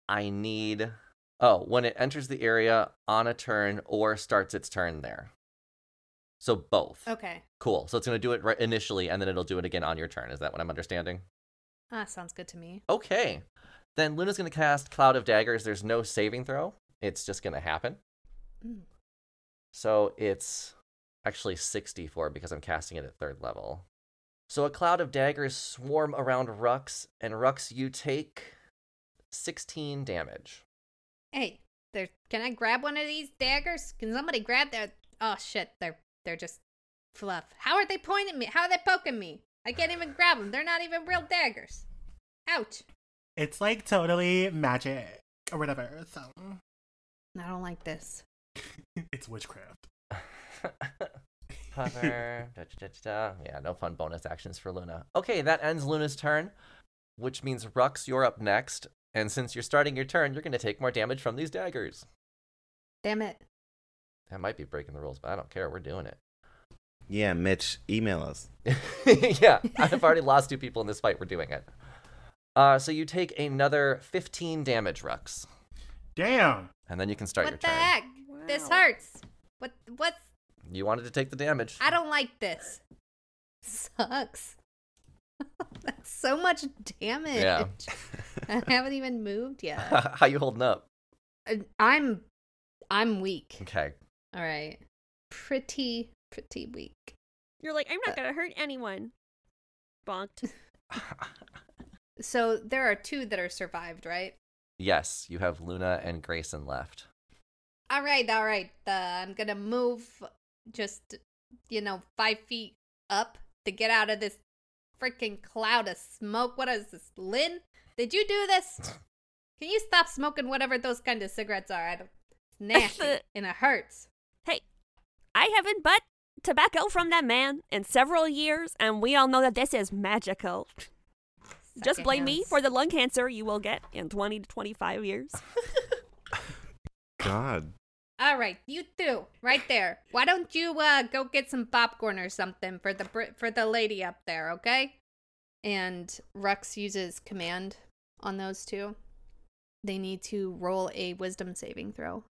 Speaker 2: I need. Oh, when it enters the area on a turn or starts its turn there. So both.
Speaker 1: Okay.
Speaker 2: Cool. So it's going to do it right initially, and then it'll do it again on your turn. Is that what I'm understanding?
Speaker 1: Ah, sounds good to me.
Speaker 2: Okay. Then Luna's going to cast Cloud of Daggers. There's no saving throw. It's just going to happen.
Speaker 1: Mm.
Speaker 2: So it's actually 64 because I'm casting it at third level. So a cloud of daggers swarm around Rux, and Rux, you take 16 damage.
Speaker 1: Hey, There, can I grab one of these daggers? Can somebody grab that? Oh shit, they're they're just fluff. How are they pointing me? How are they poking me? I can't even grab them. They're not even real daggers. Ouch.
Speaker 3: It's like totally magic or whatever. So
Speaker 1: I don't like this.
Speaker 3: it's witchcraft.
Speaker 2: Hover. da, da, da, da. Yeah, no fun bonus actions for Luna. Okay, that ends Luna's turn, which means Rux, you're up next. And since you're starting your turn, you're going to take more damage from these daggers.
Speaker 1: Damn it.
Speaker 2: That might be breaking the rules, but I don't care. We're doing it.
Speaker 5: Yeah, Mitch, email us.
Speaker 2: yeah, I've already lost two people in this fight. We're doing it. Uh, so you take another 15 damage, Rux.
Speaker 3: Damn.
Speaker 2: And then you can start your
Speaker 1: what the
Speaker 2: turn.
Speaker 1: heck? This
Speaker 4: Wow.
Speaker 1: hurts. What? What's?
Speaker 2: You wanted to take the damage.
Speaker 1: I don't like this. Sucks. That's so much damage.
Speaker 2: Yeah.
Speaker 1: I haven't even moved yet.
Speaker 2: How you holding up?
Speaker 1: Uh, I'm, I'm weak.
Speaker 2: Okay.
Speaker 1: All right. Pretty, pretty weak.
Speaker 4: You're like, I'm not gonna hurt anyone. Bonked.
Speaker 1: So there are two that are survived, right?
Speaker 2: Yes, you have Luna and Grayson left.
Speaker 1: All right, all right. Uh, I'm gonna move, just you know, five feet up to get out of this freaking cloud of smoke. What is this, Lynn? Did you do this? Can you stop smoking whatever those kind of cigarettes are? I don't. It's nasty and it hurts.
Speaker 4: I haven't but tobacco from that man in several years, and we all know that this is magical. Just
Speaker 1: Suck it,
Speaker 4: blame me
Speaker 1: hands.
Speaker 4: for the lung cancer you will get in 20 to 25 years.
Speaker 5: God.
Speaker 1: All right, you two, right there. Why don't you uh go get some popcorn or something for the br- for the lady up there, okay? And Rux uses command on those two. They need to roll a wisdom saving throw.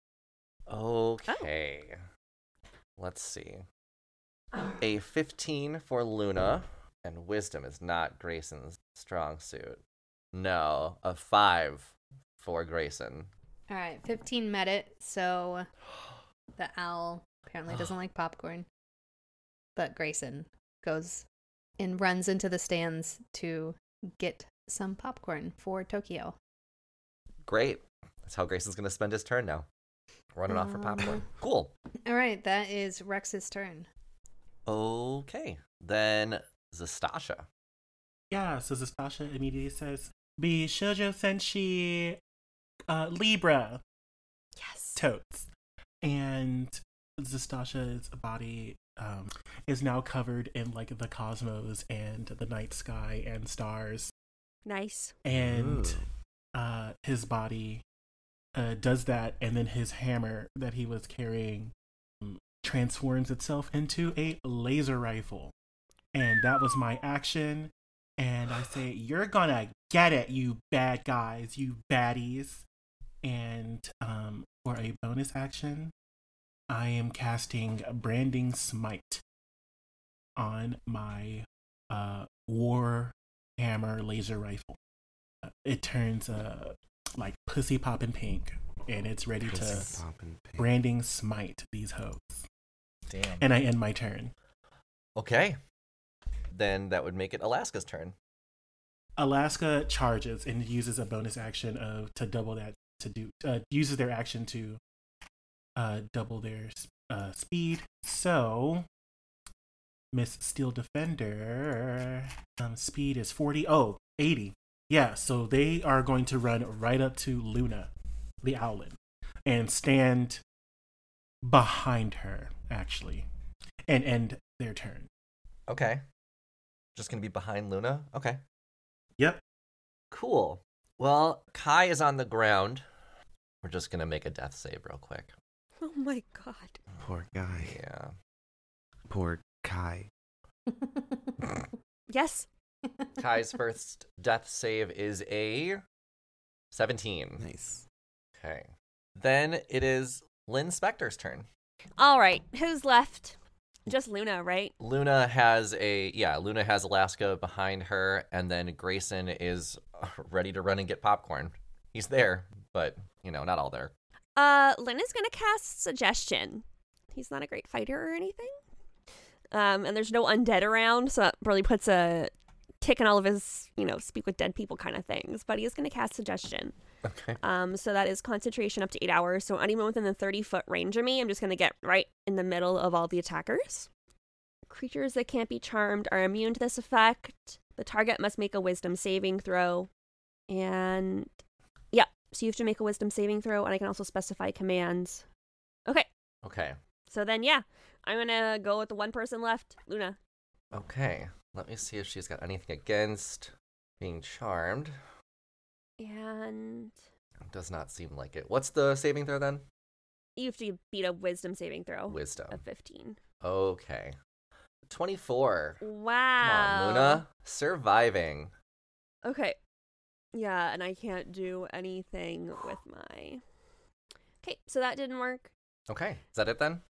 Speaker 2: Okay. Let's see. A 15 for Luna, and wisdom is not Grayson's strong suit. No, a 5 for Grayson.
Speaker 1: All right, 15 met it. So the owl apparently doesn't like popcorn. But Grayson goes and runs into the stands to get some popcorn for Tokyo.
Speaker 2: Great. That's how Grayson's going to spend his turn now. Running off for popcorn. Cool.
Speaker 1: All right, that is Rex's turn.
Speaker 2: Okay. Then Zastasha.
Speaker 3: Yeah, so Zastasha immediately says, Be Shoujo Senshi uh, Libra
Speaker 4: Yes.
Speaker 3: totes. And Zastasha's body um, is now covered in like the cosmos and the night sky and stars.
Speaker 4: Nice.
Speaker 3: And
Speaker 5: Ooh.
Speaker 3: uh, his body uh, does that, and then his hammer that he was carrying um, transforms itself into a laser rifle. And that was my action. And I say, You're gonna get it, you bad guys, you baddies. And um, for a bonus action, I am casting Branding Smite on my uh, War Hammer laser rifle it turns uh like pussy poppin' pink and it's ready
Speaker 5: Pussy
Speaker 3: to
Speaker 5: poppin' pig.
Speaker 3: branding smite these hoes
Speaker 2: Damn.
Speaker 3: and i end my turn
Speaker 2: Okay. Then that would make it Alaska's turn.
Speaker 3: alaska charges and uses a bonus action of to double that to do uh, uses their action to uh double their s- uh speed so miss steel defender um speed is 40 oh 80 yeah so they are going to run right up to luna the owlet and stand behind her actually and end their turn
Speaker 2: Okay. Just going to be behind Luna? Okay.
Speaker 3: yep
Speaker 2: Cool. Well, Kai is on the ground. We're just gonna make a death save real quick.
Speaker 4: Oh my god.
Speaker 5: Poor guy.
Speaker 2: Yeah.
Speaker 5: Poor Kai.
Speaker 4: Yes.
Speaker 2: Kai's first death save is a 17.
Speaker 5: Nice.
Speaker 2: Okay. Then it is Lynn Spector's turn.
Speaker 4: All right. Who's left? Just Luna, right?
Speaker 2: Luna has a yeah, Luna has Alaska behind her, and then Grayson is uh, ready to run and get popcorn. He's there, but you know, not all there.
Speaker 4: Uh, Lynn is gonna cast suggestion. He's not a great fighter or anything. Um, and there's no undead around, so that really puts a taken all of his, you know, speak with dead people kind of things, but he is going to cast suggestion.
Speaker 2: Okay.
Speaker 4: Um, so that is concentration up to eight hours. So anyone within the 30 foot range of me, I'm just going to get right in the middle of all the attackers. Creatures that can't be charmed are immune to this effect. The target must make a wisdom saving throw. And yeah, so you have to make a wisdom saving throw, and I can also specify commands. Okay,
Speaker 2: Okay.
Speaker 4: so then yeah, I'm going to go with the one person left, Luna.
Speaker 2: Okay. Let me see if she's got anything against being charmed.
Speaker 4: And
Speaker 2: Does not seem like it. What's the saving throw then?
Speaker 4: you have to beat a wisdom saving throw
Speaker 2: Wisdom.
Speaker 4: of 15.
Speaker 2: Okay. 24. Come
Speaker 4: Wow.
Speaker 2: on, Luna. Surviving.
Speaker 4: Okay. Yeah, and I can't do anything with my. Okay, so that didn't work.
Speaker 2: Okay. Is that it then?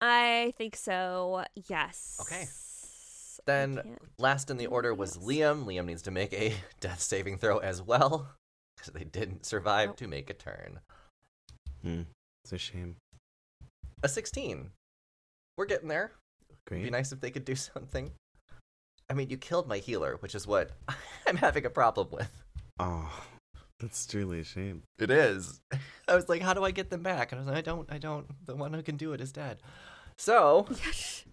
Speaker 4: I think so. Yes.
Speaker 2: Okay.
Speaker 4: I
Speaker 2: Then
Speaker 4: can't.
Speaker 2: last in the order
Speaker 4: anything
Speaker 2: was
Speaker 4: else.
Speaker 2: Liam. Liam needs to make a death saving throw as well because they didn't survive
Speaker 4: Nope.
Speaker 2: to make a turn.
Speaker 5: Hmm. It's a shame.
Speaker 2: A 16. We're getting there. It'd
Speaker 5: Great.
Speaker 2: be nice if they could do something. I mean, you killed my healer, which is what I'm having a problem with.
Speaker 5: Oh, that's truly a shame.
Speaker 2: It is. I was like, how do I get them back? And I was like, I don't, I don't. The one who can do it is dead. So
Speaker 4: Yes.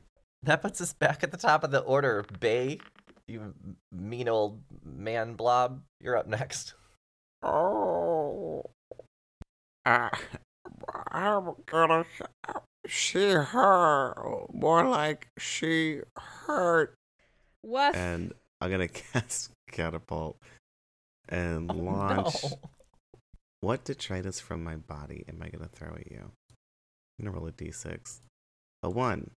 Speaker 2: that puts us back at the top of the order. Bay, you mean old man blob, you're up next.
Speaker 7: Oh. Uh, I'm gonna she her more like she hurt.
Speaker 4: Woof.
Speaker 5: And I'm gonna cast catapult and
Speaker 2: Oh,
Speaker 5: launch.
Speaker 2: no.
Speaker 5: What detritus from my body am I gonna throw at you? I'm gonna roll a d6. A one.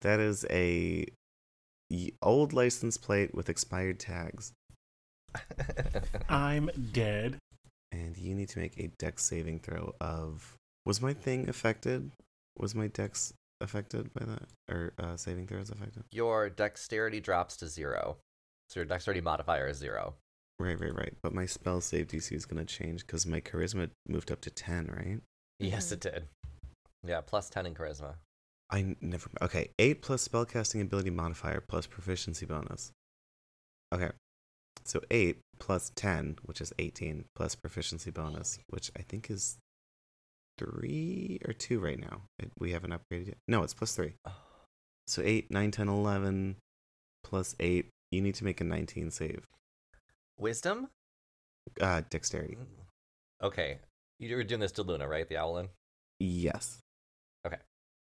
Speaker 5: That is a y- old license plate with expired tags,
Speaker 3: I'm dead.
Speaker 5: and you need to make a dex saving throw of. Was my thing affected? Was my dex affected by that, or uh, saving throws affected?
Speaker 2: your dexterity drops to zero. So your dexterity modifier is zero.
Speaker 5: Right, right, right. But my spell save DC is gonna change because my charisma moved up to ten, right?
Speaker 2: Yes, it did. Yeah, plus 10 in charisma.
Speaker 5: I n- never. Okay, eight plus spellcasting ability modifier plus proficiency bonus. Okay, so eight plus ten, which is eighteen, plus proficiency bonus, which I think is three or two right now. It, we haven't upgraded yet. No, it's plus three. So eight, nine, ten, eleven, plus eight. You need to make a nineteen save.
Speaker 2: Wisdom?
Speaker 5: Uh, dexterity.
Speaker 2: Okay. You were doing this to Luna, right? The Owlin?
Speaker 5: Yes.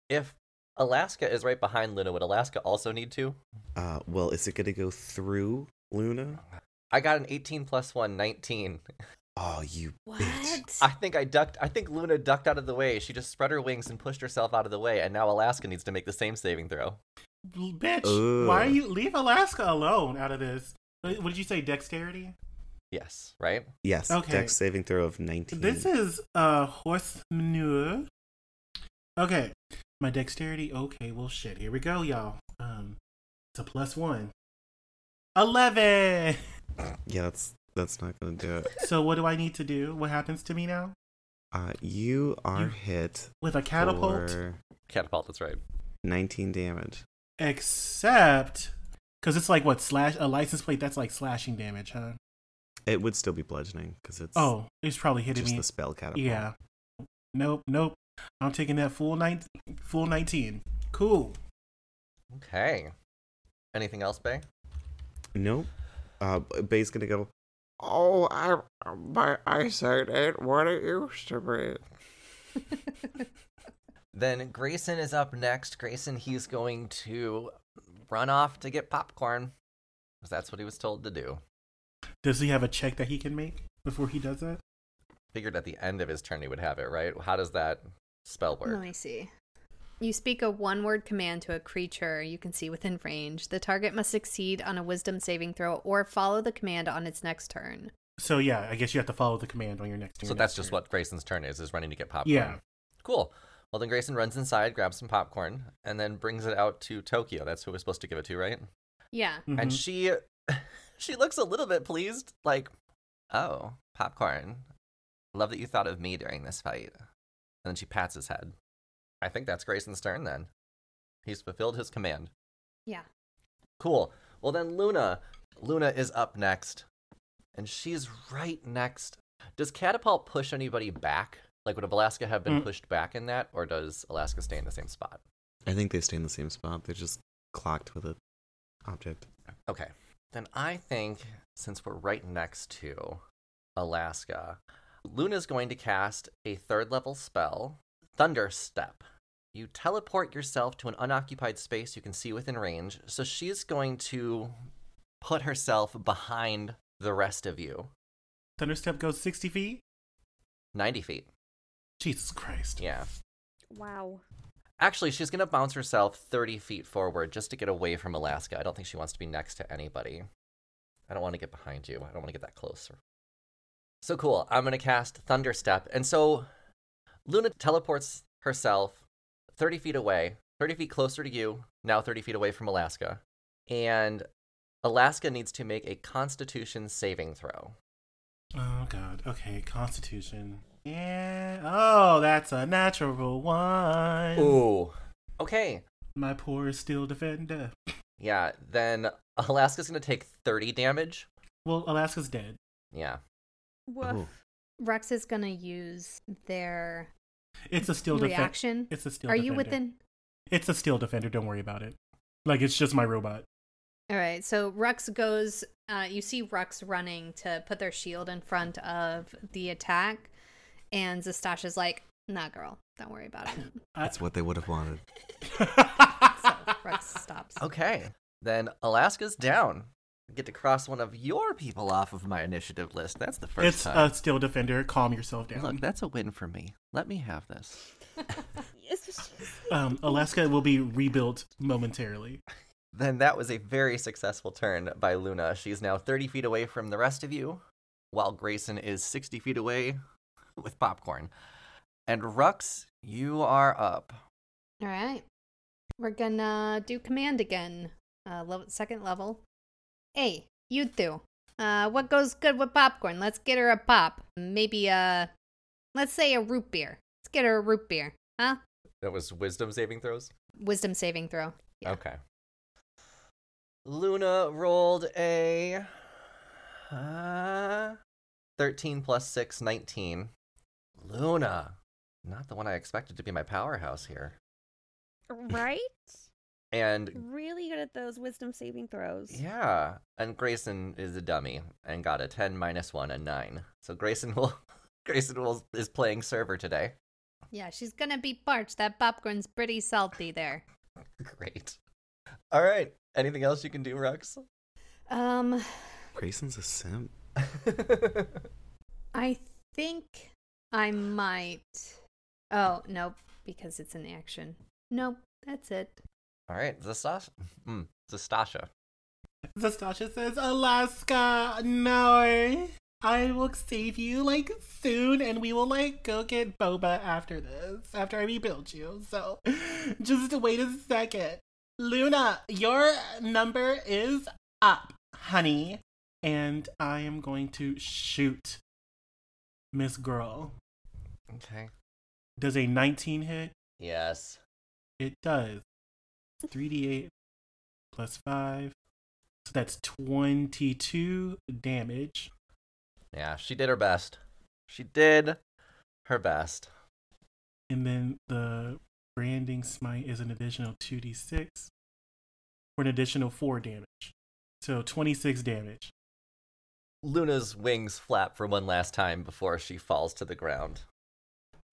Speaker 2: If Alaska is right behind Luna, would Alaska also need to?
Speaker 5: Uh, well, is it gonna go through Luna?
Speaker 2: I got an 18 plus 1, 19.
Speaker 5: Oh, you bitch.
Speaker 1: What?
Speaker 2: I think I ducked. I think Luna ducked out of the way. She just spread her wings and pushed herself out of the way, and now Alaska needs to make the same saving throw.
Speaker 3: L- Bitch,
Speaker 5: Ugh.
Speaker 3: why are you leave Alaska alone out of this? What what did you say, dexterity?
Speaker 2: Yes, right?
Speaker 5: Yes.
Speaker 3: Okay.
Speaker 5: Dex saving throw of nineteen.
Speaker 3: This is uh horse manure. Okay. My dexterity. Okay, well shit. Here we go, y'all. Um it's a plus one. Eleven.
Speaker 5: Yeah, that's that's not gonna do it.
Speaker 3: so what do I need to do? What happens to me now?
Speaker 5: Uh, you are
Speaker 3: You-
Speaker 5: hit
Speaker 3: With a catapult?
Speaker 5: for
Speaker 2: Catapult, that's right.
Speaker 5: nineteen damage.
Speaker 3: Except because it's like what slash a license plate that's like slashing damage, huh?
Speaker 5: It would still be bludgeoning because it's
Speaker 3: Oh, it's probably hitting
Speaker 5: just
Speaker 3: me.
Speaker 5: the spell catapult.
Speaker 3: Yeah. Nope, nope. I'm taking that full nine full nineteen. Cool.
Speaker 2: Okay. Anything else, Bay?
Speaker 5: Nope. Uh, B- Bay's gonna go.
Speaker 7: Oh, I my eyesight ain't what it used to be.
Speaker 2: Then Grayson is up next. Grayson, he's going to run off to get popcorn. 'cause that's what he was told to do.
Speaker 3: Does he have a check that he can make before he does that?
Speaker 2: Figured at the end of his turn he would have it, right? How does that spell work?
Speaker 1: Let me see. You speak a one word command to a creature you can see within range. The target must succeed on a wisdom saving throw or follow the command on its next turn.
Speaker 3: So yeah, I guess you have to follow the command on your next turn.
Speaker 2: So that's just what Grayson's turn is, is running to get popcorn.
Speaker 3: Yeah.
Speaker 2: Cool. Well, then Grayson runs inside, grabs some popcorn, and then brings it out to Tokyo. That's who we're supposed to give it to, right?
Speaker 1: Yeah.
Speaker 3: Mhm.
Speaker 2: And she she looks a little bit pleased, like, "Oh, popcorn. Love that you thought of me during this fight." And then she pats his head. I think that's Grayson's turn then. He's fulfilled his command.
Speaker 1: Yeah.
Speaker 2: Cool. Well, then Luna, Luna is up next, and she's right next. Does Catapult push anybody back? Like, would Alaska have been
Speaker 3: Mm.
Speaker 2: pushed back in that, or does Alaska stay in the same spot?
Speaker 5: I think they stay in the same spot. They're just clocked with an object.
Speaker 2: Okay. Then I think since we're right next to Alaska, Luna's going to cast a third level spell, Thunder Step. You teleport yourself to an unoccupied space you can see within range, so she's going to put herself behind the rest of you.
Speaker 3: Thunderstep goes 60 feet.
Speaker 2: 90 feet.
Speaker 3: Jesus Christ.
Speaker 2: Yeah.
Speaker 4: Wow.
Speaker 2: Actually, she's going to bounce herself 30 feet forward just to get away from Alaska. I don't think she wants to be next to anybody. I don't want to get behind you. I don't want to get that close. So cool. I'm going to cast Thunder Step. And so Luna teleports herself 30 feet away, 30 feet closer to you, now 30 feet away from Alaska. And Alaska needs to make a constitution saving throw.
Speaker 3: Oh, God. Okay, Constitution. Yeah. Oh, that's a natural one.
Speaker 2: Ooh. Okay.
Speaker 3: My poor steel defender.
Speaker 2: Yeah. Then Alaska's going to take 30 damage.
Speaker 3: Well, Alaska's dead.
Speaker 2: Yeah.
Speaker 4: Woof.
Speaker 5: Ooh.
Speaker 1: Rex is gonna use their
Speaker 3: It's a steel defender.
Speaker 1: reaction.
Speaker 3: It's a steel
Speaker 1: Are
Speaker 3: defender.
Speaker 1: you within?
Speaker 3: It's a steel defender. Don't worry about it. Like, it's just my robot.
Speaker 1: All right. So Rux goes. Uh, you see Rux running to put their shield in front of the attack, and Zastasha's like, "Nah, girl, don't worry about it."
Speaker 5: That's what they would have wanted.
Speaker 1: Rux stops.
Speaker 2: Okay. Then Alaska's down. Get to cross one of your people off of my initiative list. That's the first
Speaker 3: it's
Speaker 2: time.
Speaker 3: a steel defender. Calm yourself down.
Speaker 2: Look, that's a win for me. Let me have this.
Speaker 4: It's just-
Speaker 3: Um, Alaska will be rebuilt momentarily.
Speaker 2: Then that was a very successful turn by Luna. She's now 30 feet away from the rest of you, while Grayson is 60 feet away with popcorn. And Rux, you are up.
Speaker 1: All right. We're gonna do command again. Uh, level, second level. Hey, you two. Uh, what goes good with popcorn? Let's get her a pop. Maybe uh, let's say a root beer. Let's get her a root beer, huh?
Speaker 2: That was wisdom saving throws?
Speaker 1: Wisdom saving throw. Yeah.
Speaker 2: Okay. Luna rolled a uh, 13 plus 6, 19. Luna. Not the one I expected to be my powerhouse here.
Speaker 8: Right?
Speaker 2: And
Speaker 8: really good at those wisdom saving throws.
Speaker 2: yeah, and Grayson is a dummy and got a 10 minus 1 and 9. So Grayson will Grayson will is playing server today.
Speaker 1: Yeah, she's gonna be parched. That popcorn's pretty salty there.
Speaker 2: Great. All right. Anything else you can do, Rux?
Speaker 1: Um,
Speaker 5: Grayson's a simp.
Speaker 1: I think I might. Oh nope, because it's an action. Nope, that's it.
Speaker 2: All right, Zastasha. Mm, Zastasha.
Speaker 3: Zastasha says, Alaska, no. I will save you, like, soon, and we will, like, go get Boba after this, after I rebuild you. So, just wait a second. Luna, your number is up, honey. And I am going to shoot Miss Girl.
Speaker 2: Okay.
Speaker 3: Does a 19 hit?
Speaker 2: Yes.
Speaker 3: It does. 3d8 plus 5. So that's 22 damage.
Speaker 2: Yeah, she did her best. She did her best.
Speaker 3: And then the branding smite is an additional 2d6 for an additional 4 damage. So 26 damage.
Speaker 2: Luna's wings flap for one last time before she falls to the ground.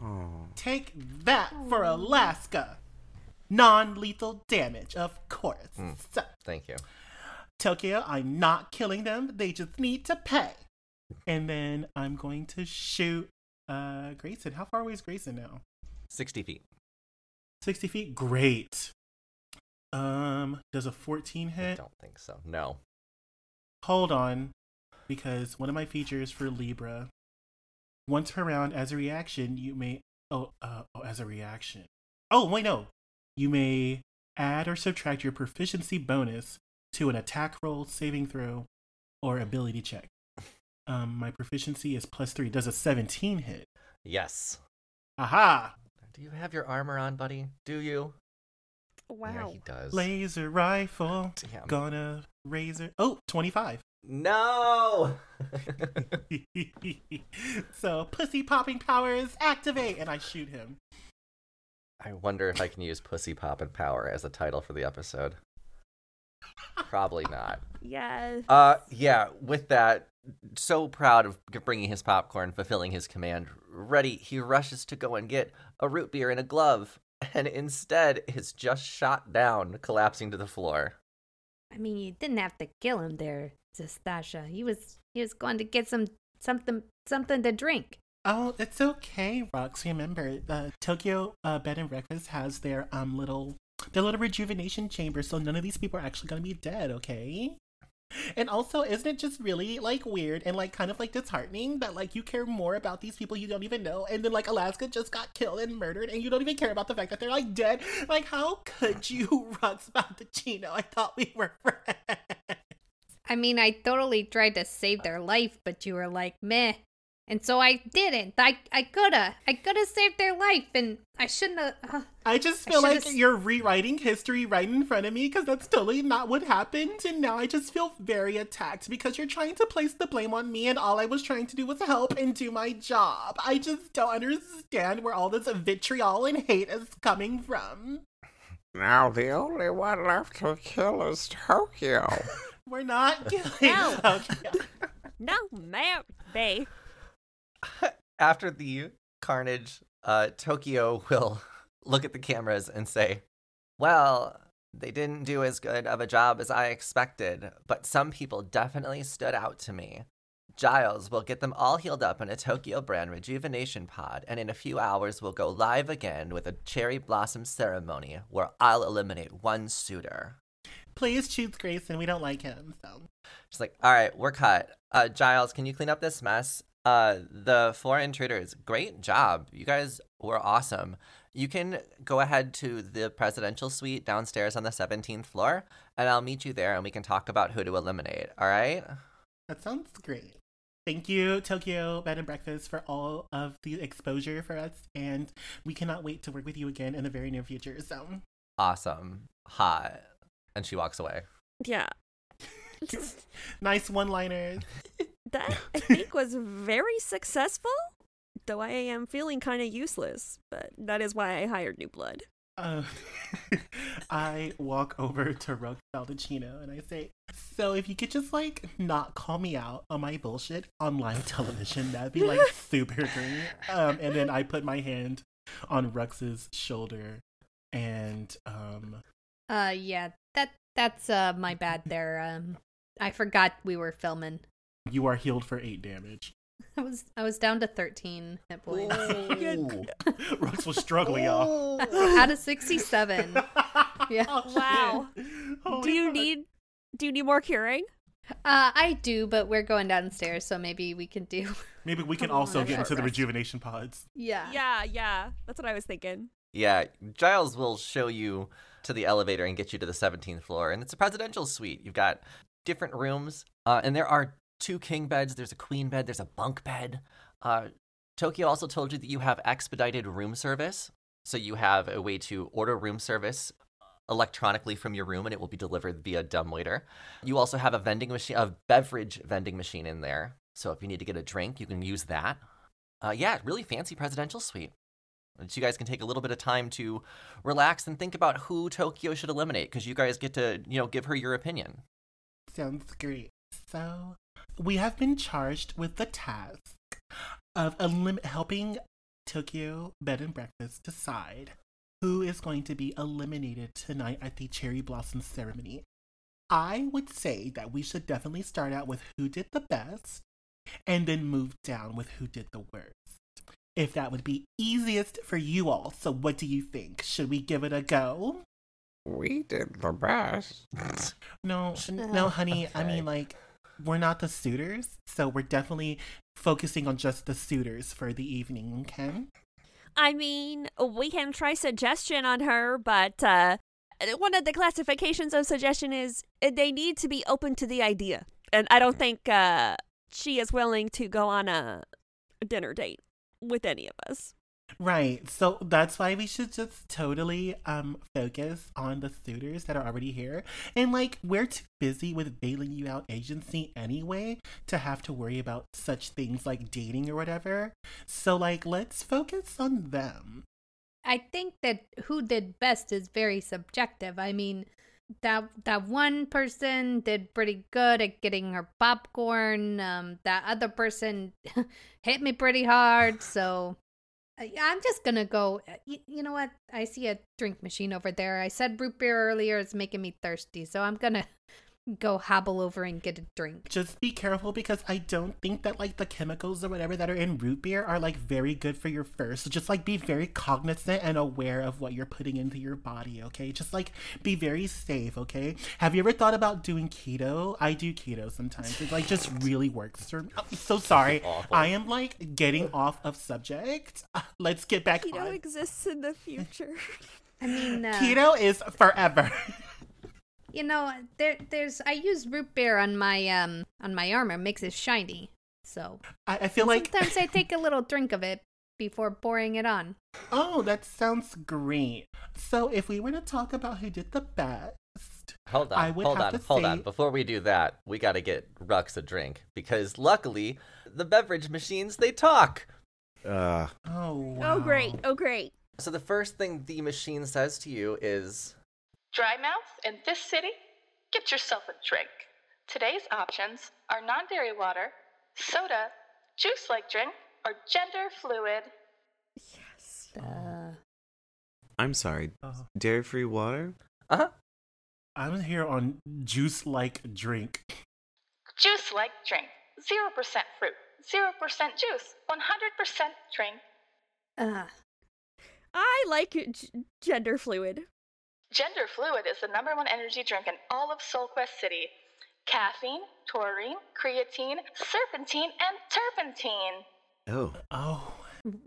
Speaker 5: Oh.
Speaker 3: Take that for Alaska. Non lethal damage, of course.
Speaker 2: Mm.
Speaker 3: So,
Speaker 2: Thank you.
Speaker 3: Tokyo, I'm not killing them. They just need to pay. And then I'm going to shoot uh, Grayson. How far away is Grayson now?
Speaker 2: 60 feet.
Speaker 3: 60 feet great um does a 14
Speaker 2: I
Speaker 3: hit
Speaker 2: don't think so. No.
Speaker 3: hold on because one of my features for libra once per round as a reaction you may oh uh oh, as a reaction oh wait no you may add or subtract your proficiency bonus to an attack roll saving throw or ability check um my proficiency is plus three does a 17 hit
Speaker 2: Yes.
Speaker 3: aha
Speaker 2: Do you have your armor on, buddy? Do you?
Speaker 8: Wow.
Speaker 2: Yeah, he does.
Speaker 3: Laser rifle,
Speaker 2: Damn.
Speaker 3: gonna razor. Oh, 25.
Speaker 2: No.
Speaker 3: so pussy popping powers activate, and I shoot him.
Speaker 2: I wonder if I can use "Pussy Pop and Power" as a title for the episode. Probably not.
Speaker 8: Yes.
Speaker 2: Uh, yeah. With that, so proud of bringing his popcorn, fulfilling his command. Ready, he rushes to go and get a root beer and a glove, and instead is just shot down, collapsing to the floor.
Speaker 1: I mean, you didn't have to kill him there, Zastasha. He was he was going to get some something something to drink.
Speaker 3: Oh, it's okay, Rox. Remember, uh, Tokyo uh, Bed and Breakfast has their um little their little rejuvenation chamber, so none of these people are actually gonna be dead, okay? And also, isn't it just really like weird and like kind of like disheartening that like you care more about these people you don't even know, and then like Alaska just got killed and murdered, and you don't even care about the fact that they're like dead? Like, how could you, Rox Montecino? I thought we were friends.
Speaker 1: I mean, I totally tried to save their life, but you were like, meh. And so I didn't. I I coulda. I coulda saved their life, and I shouldn't have. Uh,
Speaker 3: I just
Speaker 1: I
Speaker 3: feel
Speaker 1: should've
Speaker 3: like
Speaker 1: s-
Speaker 3: you're rewriting history right in front of me because that's totally not what happened. And now I just feel very attacked because you're trying to place the blame on me, and all I was trying to do was help and do my job. I just don't understand where all this vitriol and hate is coming from.
Speaker 7: Now the only one left to kill is Tokyo.
Speaker 3: We're not killing.
Speaker 4: Ow.
Speaker 3: Okay.
Speaker 4: No, ma'am. Bay.
Speaker 2: After the carnage, uh, Tokyo will look at the cameras and say, Well, they didn't do as good of a job as I expected, but some people definitely stood out to me. Giles will get them all healed up in a Tokyo brand rejuvenation pod, and in a few hours we'll go live again with a cherry blossom ceremony where I'll eliminate one suitor.
Speaker 3: Please choose Grayson. We don't like him. So
Speaker 2: She's like, all right, we're cut. Uh, Giles, can you clean up this mess? Uh, the four intruders, great job. You guys were awesome. You can go ahead to the presidential suite downstairs on the 17th floor, and I'll meet you there and we can talk about who to eliminate. All right?
Speaker 3: that sounds great. Thank you, Tokyo Bed and Breakfast, for all of the exposure for us, and we cannot wait to work with you again in the very near future. So.
Speaker 2: Awesome. Hot. And she walks away.
Speaker 8: Yeah.
Speaker 3: nice one liners.
Speaker 8: That I think was very successful. Though I am feeling kind of useless, but that is why I hired New Blood.
Speaker 3: Uh, I walk over to Rook Baldacchino and I say, So if you could just like not call me out on my bullshit on live television, that'd be like super great. Um, and then I put my hand on Rux's shoulder and um,
Speaker 1: uh yeah, that that's uh my bad there. Um, I forgot we were filming.
Speaker 3: you are healed for eight damage.
Speaker 1: I was I was down to thirteen hit points.
Speaker 3: Rux was struggling, y'all.
Speaker 1: Out of sixty-seven. Uh, Yeah.
Speaker 3: Oh, shit.
Speaker 4: Wow.
Speaker 3: Holy
Speaker 4: Do you
Speaker 3: fuck.
Speaker 4: need do you need more curing?
Speaker 1: Uh, I do, but we're going downstairs, so maybe we can do.
Speaker 3: Maybe we can
Speaker 1: Come on,
Speaker 3: also
Speaker 1: I'm
Speaker 3: get
Speaker 1: short
Speaker 3: into the
Speaker 1: rest.
Speaker 3: rejuvenation pods.
Speaker 1: Yeah.
Speaker 4: Yeah, yeah. That's what I was thinking.
Speaker 2: Yeah, Giles will show you to the elevator and get you to the 17th floor. And it's a presidential suite. You've got different rooms, uh, and there are two king beds, there's a queen bed, there's a bunk bed. Uh, Tokyo also told you that you have expedited room service. So you have a way to order room service electronically from your room, and it will be delivered via dumbwaiter. You also have a vending machine, a beverage vending machine in there. So if you need to get a drink, you can use that. Uh, yeah, really fancy presidential suite that you guys can take a little bit of time to relax and think about who Tokyo should eliminate because you guys get to, you know, give her your opinion.
Speaker 3: Sounds great. So, we have been charged with the task of elim- helping Tokyo Bed and Breakfast decide who is going to be eliminated tonight at the Cherry Blossom Ceremony. I would say that we should definitely start out with who did the best and then move down with who did the worst. If that would be easiest for you all. So, what do you think? Should we give it a go?
Speaker 7: we did the best.
Speaker 3: No, n-
Speaker 1: Uh,
Speaker 3: no, honey. I
Speaker 2: okay.
Speaker 3: mean, like, we're not the suitors, so we're definitely focusing on just the suitors for the evening, okay?
Speaker 4: I mean, we can try suggestion on her, but uh, one of the classifications of suggestion is uh, they need to be open to the idea, and I don't think uh, she is willing to go on a dinner date with any of us.
Speaker 3: Right. So that's why we should just totally um focus on the suitors that are already here. And like we're too busy with bailing you out agency anyway to have to worry about such things like dating or whatever. So like let's focus on them.
Speaker 1: I think that who did best is very subjective. I mean, that that one person did pretty good at getting her popcorn. Um, that other person hit me pretty hard. So I- I'm just gonna go. You, you know what? I see a drink machine over there. I said root beer earlier. It's making me thirsty. So I'm gonna go hobble over and get a drink.
Speaker 3: Just be careful because I don't think that like the chemicals or whatever that are in root beer are like very good for your fur. So just like be very cognizant and aware of what you're putting into your body, okay? Just like be very safe, okay? Have you ever thought about doing keto? I do keto sometimes. It like just really works. for- I'm so sorry.
Speaker 2: Awful.
Speaker 3: I am like getting off of subject. Uh, Let's get back
Speaker 8: Keto
Speaker 3: on.
Speaker 8: exists in the future.
Speaker 1: I mean, uh,
Speaker 3: keto is forever.
Speaker 1: you know, there there's I use root beer on my um on my armor. Makes it shiny. So
Speaker 3: I, I feel like
Speaker 1: sometimes I take a little drink of it before pouring it on.
Speaker 3: Oh, that sounds great. So if we were to talk about who did the best,
Speaker 2: Hold on,
Speaker 3: I would
Speaker 2: hold
Speaker 3: have
Speaker 2: on,
Speaker 3: to
Speaker 2: hold on.
Speaker 3: say-
Speaker 2: Before we do that, we gotta get Rux a drink because luckily the beverage machines they talk.
Speaker 5: Uh,
Speaker 3: oh wow.
Speaker 8: Oh great! Oh great!
Speaker 2: So the first thing the machine says to you is,
Speaker 9: Dry mouth in this city? Get yourself a drink. Today's options are non dairy water, soda, juice like drink, or gender fluid.
Speaker 1: Uh,
Speaker 5: I'm sorry.
Speaker 3: Oh,
Speaker 5: Dairy free water?
Speaker 2: "Uh huh,
Speaker 3: I'm here on juice like drink.
Speaker 9: Juice like drink. 0% fruit, 0% juice, 100% drink.
Speaker 1: uh,
Speaker 8: I like g- gender fluid.
Speaker 9: Gender fluid is the number one energy drink in all of Soulquest City. Caffeine, taurine, creatine, serpentine, and turpentine.
Speaker 5: Oh.
Speaker 3: Oh,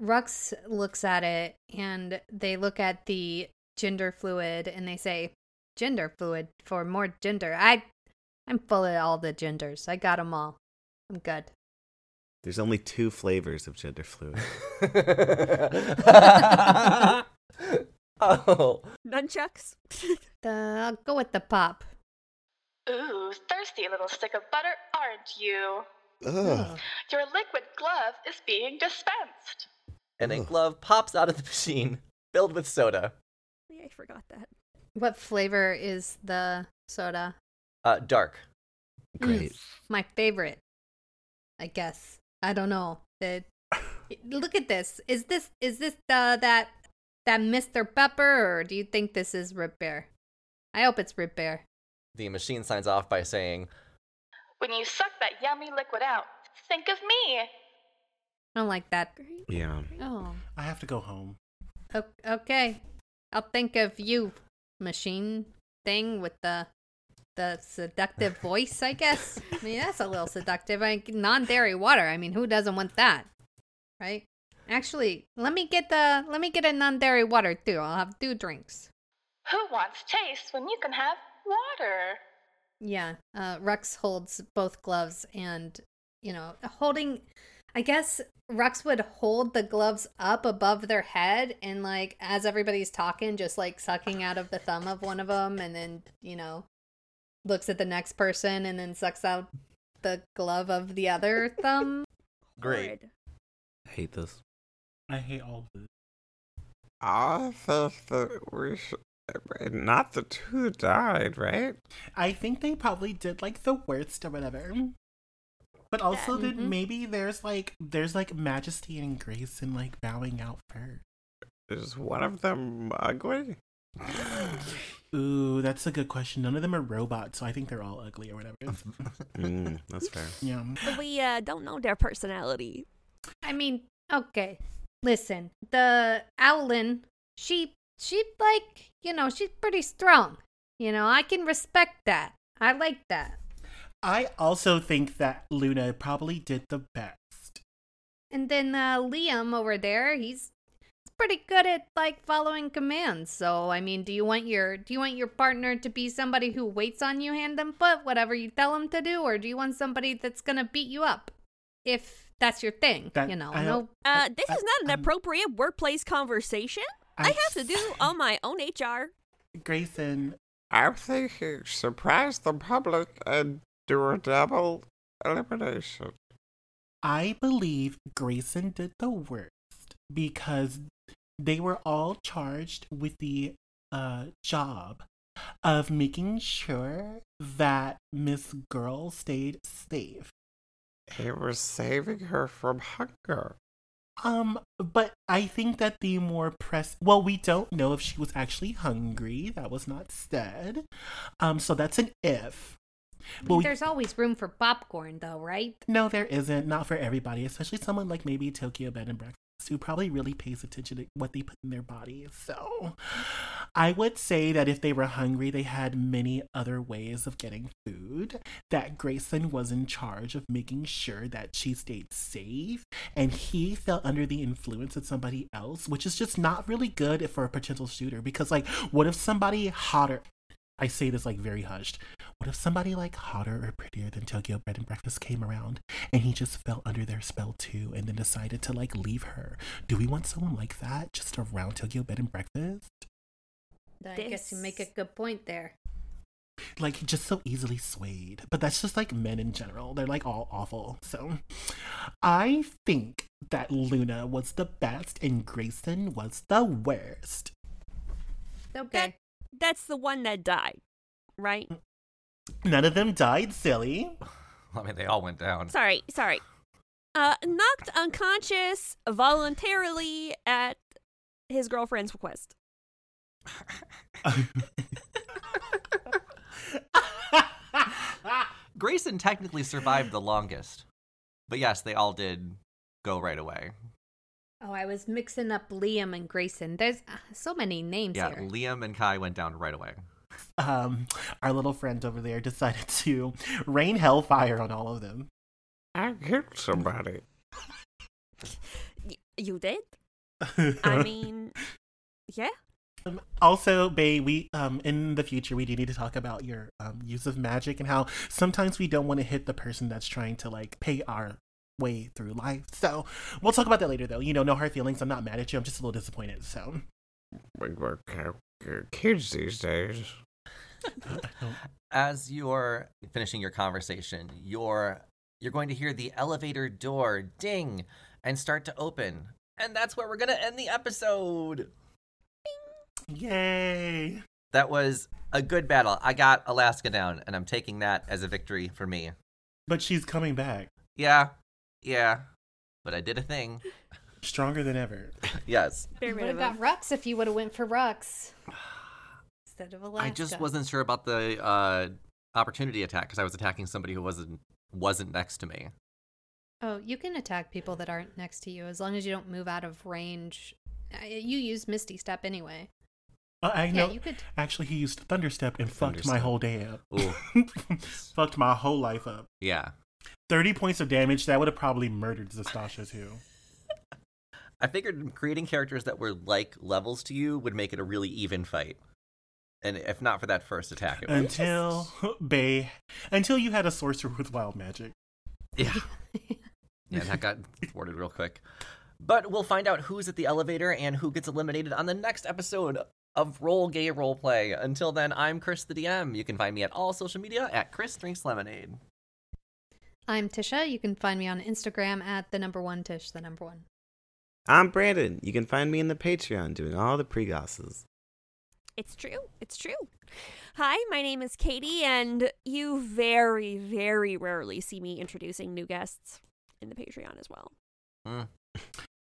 Speaker 1: Rux looks at it and they look at the gender fluid and they say, "Gender fluid for more gender." I, I'm full of all the genders. I got them all. I'm good.
Speaker 5: There's only two flavors of gender fluid.
Speaker 2: oh,
Speaker 8: Nunchucks.
Speaker 1: The, I'll go with the pop.
Speaker 9: Ooh, thirsty little stick of butter, aren't you?
Speaker 5: Ugh.
Speaker 9: Your liquid glove is being dispensed.
Speaker 2: and a
Speaker 5: Ugh.
Speaker 2: glove pops out of the machine filled with soda.
Speaker 8: Yeah, I forgot that.
Speaker 1: What flavor is the soda?
Speaker 2: Uh, dark.
Speaker 5: Great.
Speaker 1: my favorite i guess i don't know the look at this is this is this the that that mr pepper or do you think this is rip bear i hope it's rip bear
Speaker 2: The machine signs off by saying,
Speaker 9: When you suck that yummy liquid out, think of me.
Speaker 1: i don't like that
Speaker 8: Great.
Speaker 5: Yeah.
Speaker 1: oh
Speaker 3: I have to go home.
Speaker 1: o- okay i'll think of you machine thing with the the seductive voice i guess i mean that's a little seductive i non-dairy water i mean who doesn't want that right actually let me get the let me get a non-dairy water too i'll have two drinks
Speaker 9: Who wants taste when you can have water?
Speaker 1: Yeah. Uh, Rex holds both gloves and, you know, holding. I guess Rex would hold the gloves up above their head and, like, as everybody's talking, just like sucking out of the thumb of one of them and then, you know, looks at the next person and then sucks out the glove of the other thumb.
Speaker 2: "Great."
Speaker 8: Horrid.
Speaker 5: I hate this.
Speaker 3: I hate all of this.
Speaker 7: I think that we should. Not the two died, right?
Speaker 3: I think they probably did like the worst or whatever. But also
Speaker 1: Yeah.
Speaker 3: that
Speaker 1: Mhm.
Speaker 3: maybe there's like there's like majesty and grace in like bowing out first.
Speaker 7: Is one of them ugly?
Speaker 3: Ooh, that's a good question. None of them are robots, so I think they're all ugly or whatever.
Speaker 5: Mm, that's fair.
Speaker 3: yeah.
Speaker 8: But we uh, don't know their personality.
Speaker 1: I mean, okay. Listen, the Owlin, she she like, you know, she's pretty strong. You know, I can respect that. I like that.
Speaker 3: I also think that Luna probably did the best.
Speaker 1: And then uh, Liam over there, he's he's pretty good at like following commands. So I mean, do you want your do you want your partner to be somebody who waits on you hand and foot, whatever you tell him to do, or do you want somebody that's gonna beat you up if that's your thing.
Speaker 3: That-
Speaker 1: you know,
Speaker 3: I
Speaker 1: no,
Speaker 3: don't-
Speaker 4: Uh, this
Speaker 3: I-
Speaker 4: is not an
Speaker 3: I'm-
Speaker 4: appropriate workplace conversation. I
Speaker 3: I'm
Speaker 4: have to do all my own HR.
Speaker 3: Grayson,
Speaker 7: I'm thinking surprise the public and do a double elimination.
Speaker 3: I believe Grayson did the worst because they were all charged with the uh, job of making sure that Miss Girl stayed safe.
Speaker 7: He was saving her from hunger.
Speaker 3: Um, but I think that the more press well, we don't know if she was actually hungry. That was not said. Um, so that's an if. But we-
Speaker 1: there's always room for popcorn, though, right?
Speaker 3: no, there isn't. Not for everybody, especially someone like maybe Tokyo Bed and Breakfast, who probably really pays attention to what they put in their body. So I would say that if they were hungry, they had many other ways of getting food. That Grayson was in charge of making sure that she stayed safe, and he fell under the influence of somebody else, which is just not really good for a potential shooter. Because, like, what if somebody hotter? I say this like very hushed. What if somebody like hotter or prettier than Tokyo Bread and Breakfast came around and he just fell under their spell too and then decided to like leave her? Do we want someone like that just around Tokyo Bed and Breakfast?
Speaker 1: I guess you make a
Speaker 4: This-
Speaker 1: good point there.
Speaker 3: Like just so easily swayed. But that's just like men in general. They're like all awful. So I think that Luna was the best and Grayson was the worst.
Speaker 1: Okay.
Speaker 4: That's the one that died, right?
Speaker 3: Mm. None of them died silly.
Speaker 2: I mean, they all went down.
Speaker 4: Sorry, sorry. Uh, knocked unconscious voluntarily at his girlfriend's request.
Speaker 2: Grayson technically survived the longest. But yes, they all did go right away.
Speaker 1: Oh, I was mixing up Liam and Grayson. There's uh, so many names
Speaker 2: Yeah,
Speaker 1: here.
Speaker 2: Liam and Kai went down right away.
Speaker 3: um, our little friend over there decided to rain hellfire on all of them.
Speaker 7: I killed somebody.
Speaker 4: Y- you did? I mean, yeah.
Speaker 3: Um, also, Bay, we um in the future we do need to talk about your um use of magic and how sometimes we don't want to hit the person that's trying to like pay our way through life. So we'll talk about that later, though. You know, no hard feelings. I'm not mad at you. I'm just a little disappointed. So
Speaker 7: We were ki- kids these days.
Speaker 2: As you're finishing your conversation, you're you're going to hear the elevator door ding and start to open. And that's where we're going to end the episode.
Speaker 3: yay!
Speaker 2: That was a good battle. I got Alaska down and I'm taking that as a victory for me.
Speaker 3: But she's coming back
Speaker 2: Yeah. Yeah. But I did a thing.
Speaker 3: stronger than ever.
Speaker 2: Yes.
Speaker 4: Bare
Speaker 1: You would have
Speaker 4: minimum.
Speaker 1: got Rux if you would have went for Rux instead of Alaska.
Speaker 2: I just wasn't sure about the uh, opportunity attack because I was attacking somebody who wasn't wasn't next to me.
Speaker 1: Oh, you can attack people that aren't next to you as long as you don't move out of range. Uh, You use Misty Step anyway.
Speaker 3: Uh, I
Speaker 1: Yeah,
Speaker 3: know.
Speaker 1: you could.
Speaker 3: Actually, he used Thunderstep and fucked my
Speaker 2: Thunderstep.
Speaker 3: whole day up.
Speaker 2: Ooh,
Speaker 3: fucked my whole life up.
Speaker 2: yeah.
Speaker 3: 30 points of damage, that would have probably murdered Zastasha too.
Speaker 2: I figured creating characters that were like levels to you would make it a really even fight, and if not for that first attack, it would.
Speaker 3: Until Bay until you had a sorcerer with wild magic.
Speaker 2: yeah, yeah, that got thwarted real quick. But we'll find out who's at the elevator and who gets eliminated on the next episode of Roll Gay Roleplay. Until then, I'm Chris the DM. You can find me at all social media at Chris Drinks Lemonade.
Speaker 1: I'm Tisha. You can find me on Instagram at the number one Tish, the number one.
Speaker 5: I'm Brandon. You can find me in the Patreon doing all the pregosses.
Speaker 4: It's true. It's true. Hi, my name is Katie, and you very, very rarely see me introducing new guests in the Patreon as well.
Speaker 2: Mm.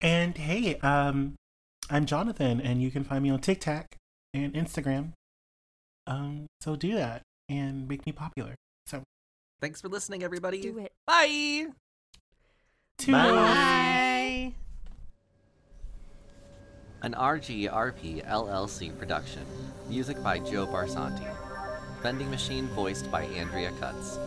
Speaker 3: And hey, um I'm Jonathan and you can find me on TikTok and Instagram. Um so do that and make me popular. So
Speaker 2: Thanks for listening, everybody.
Speaker 4: Do it.
Speaker 2: Bye.
Speaker 1: Bye.
Speaker 2: An E RGRP LLC production. Music by Joe Barsanti. Vending machine voiced by Andrea Cutts.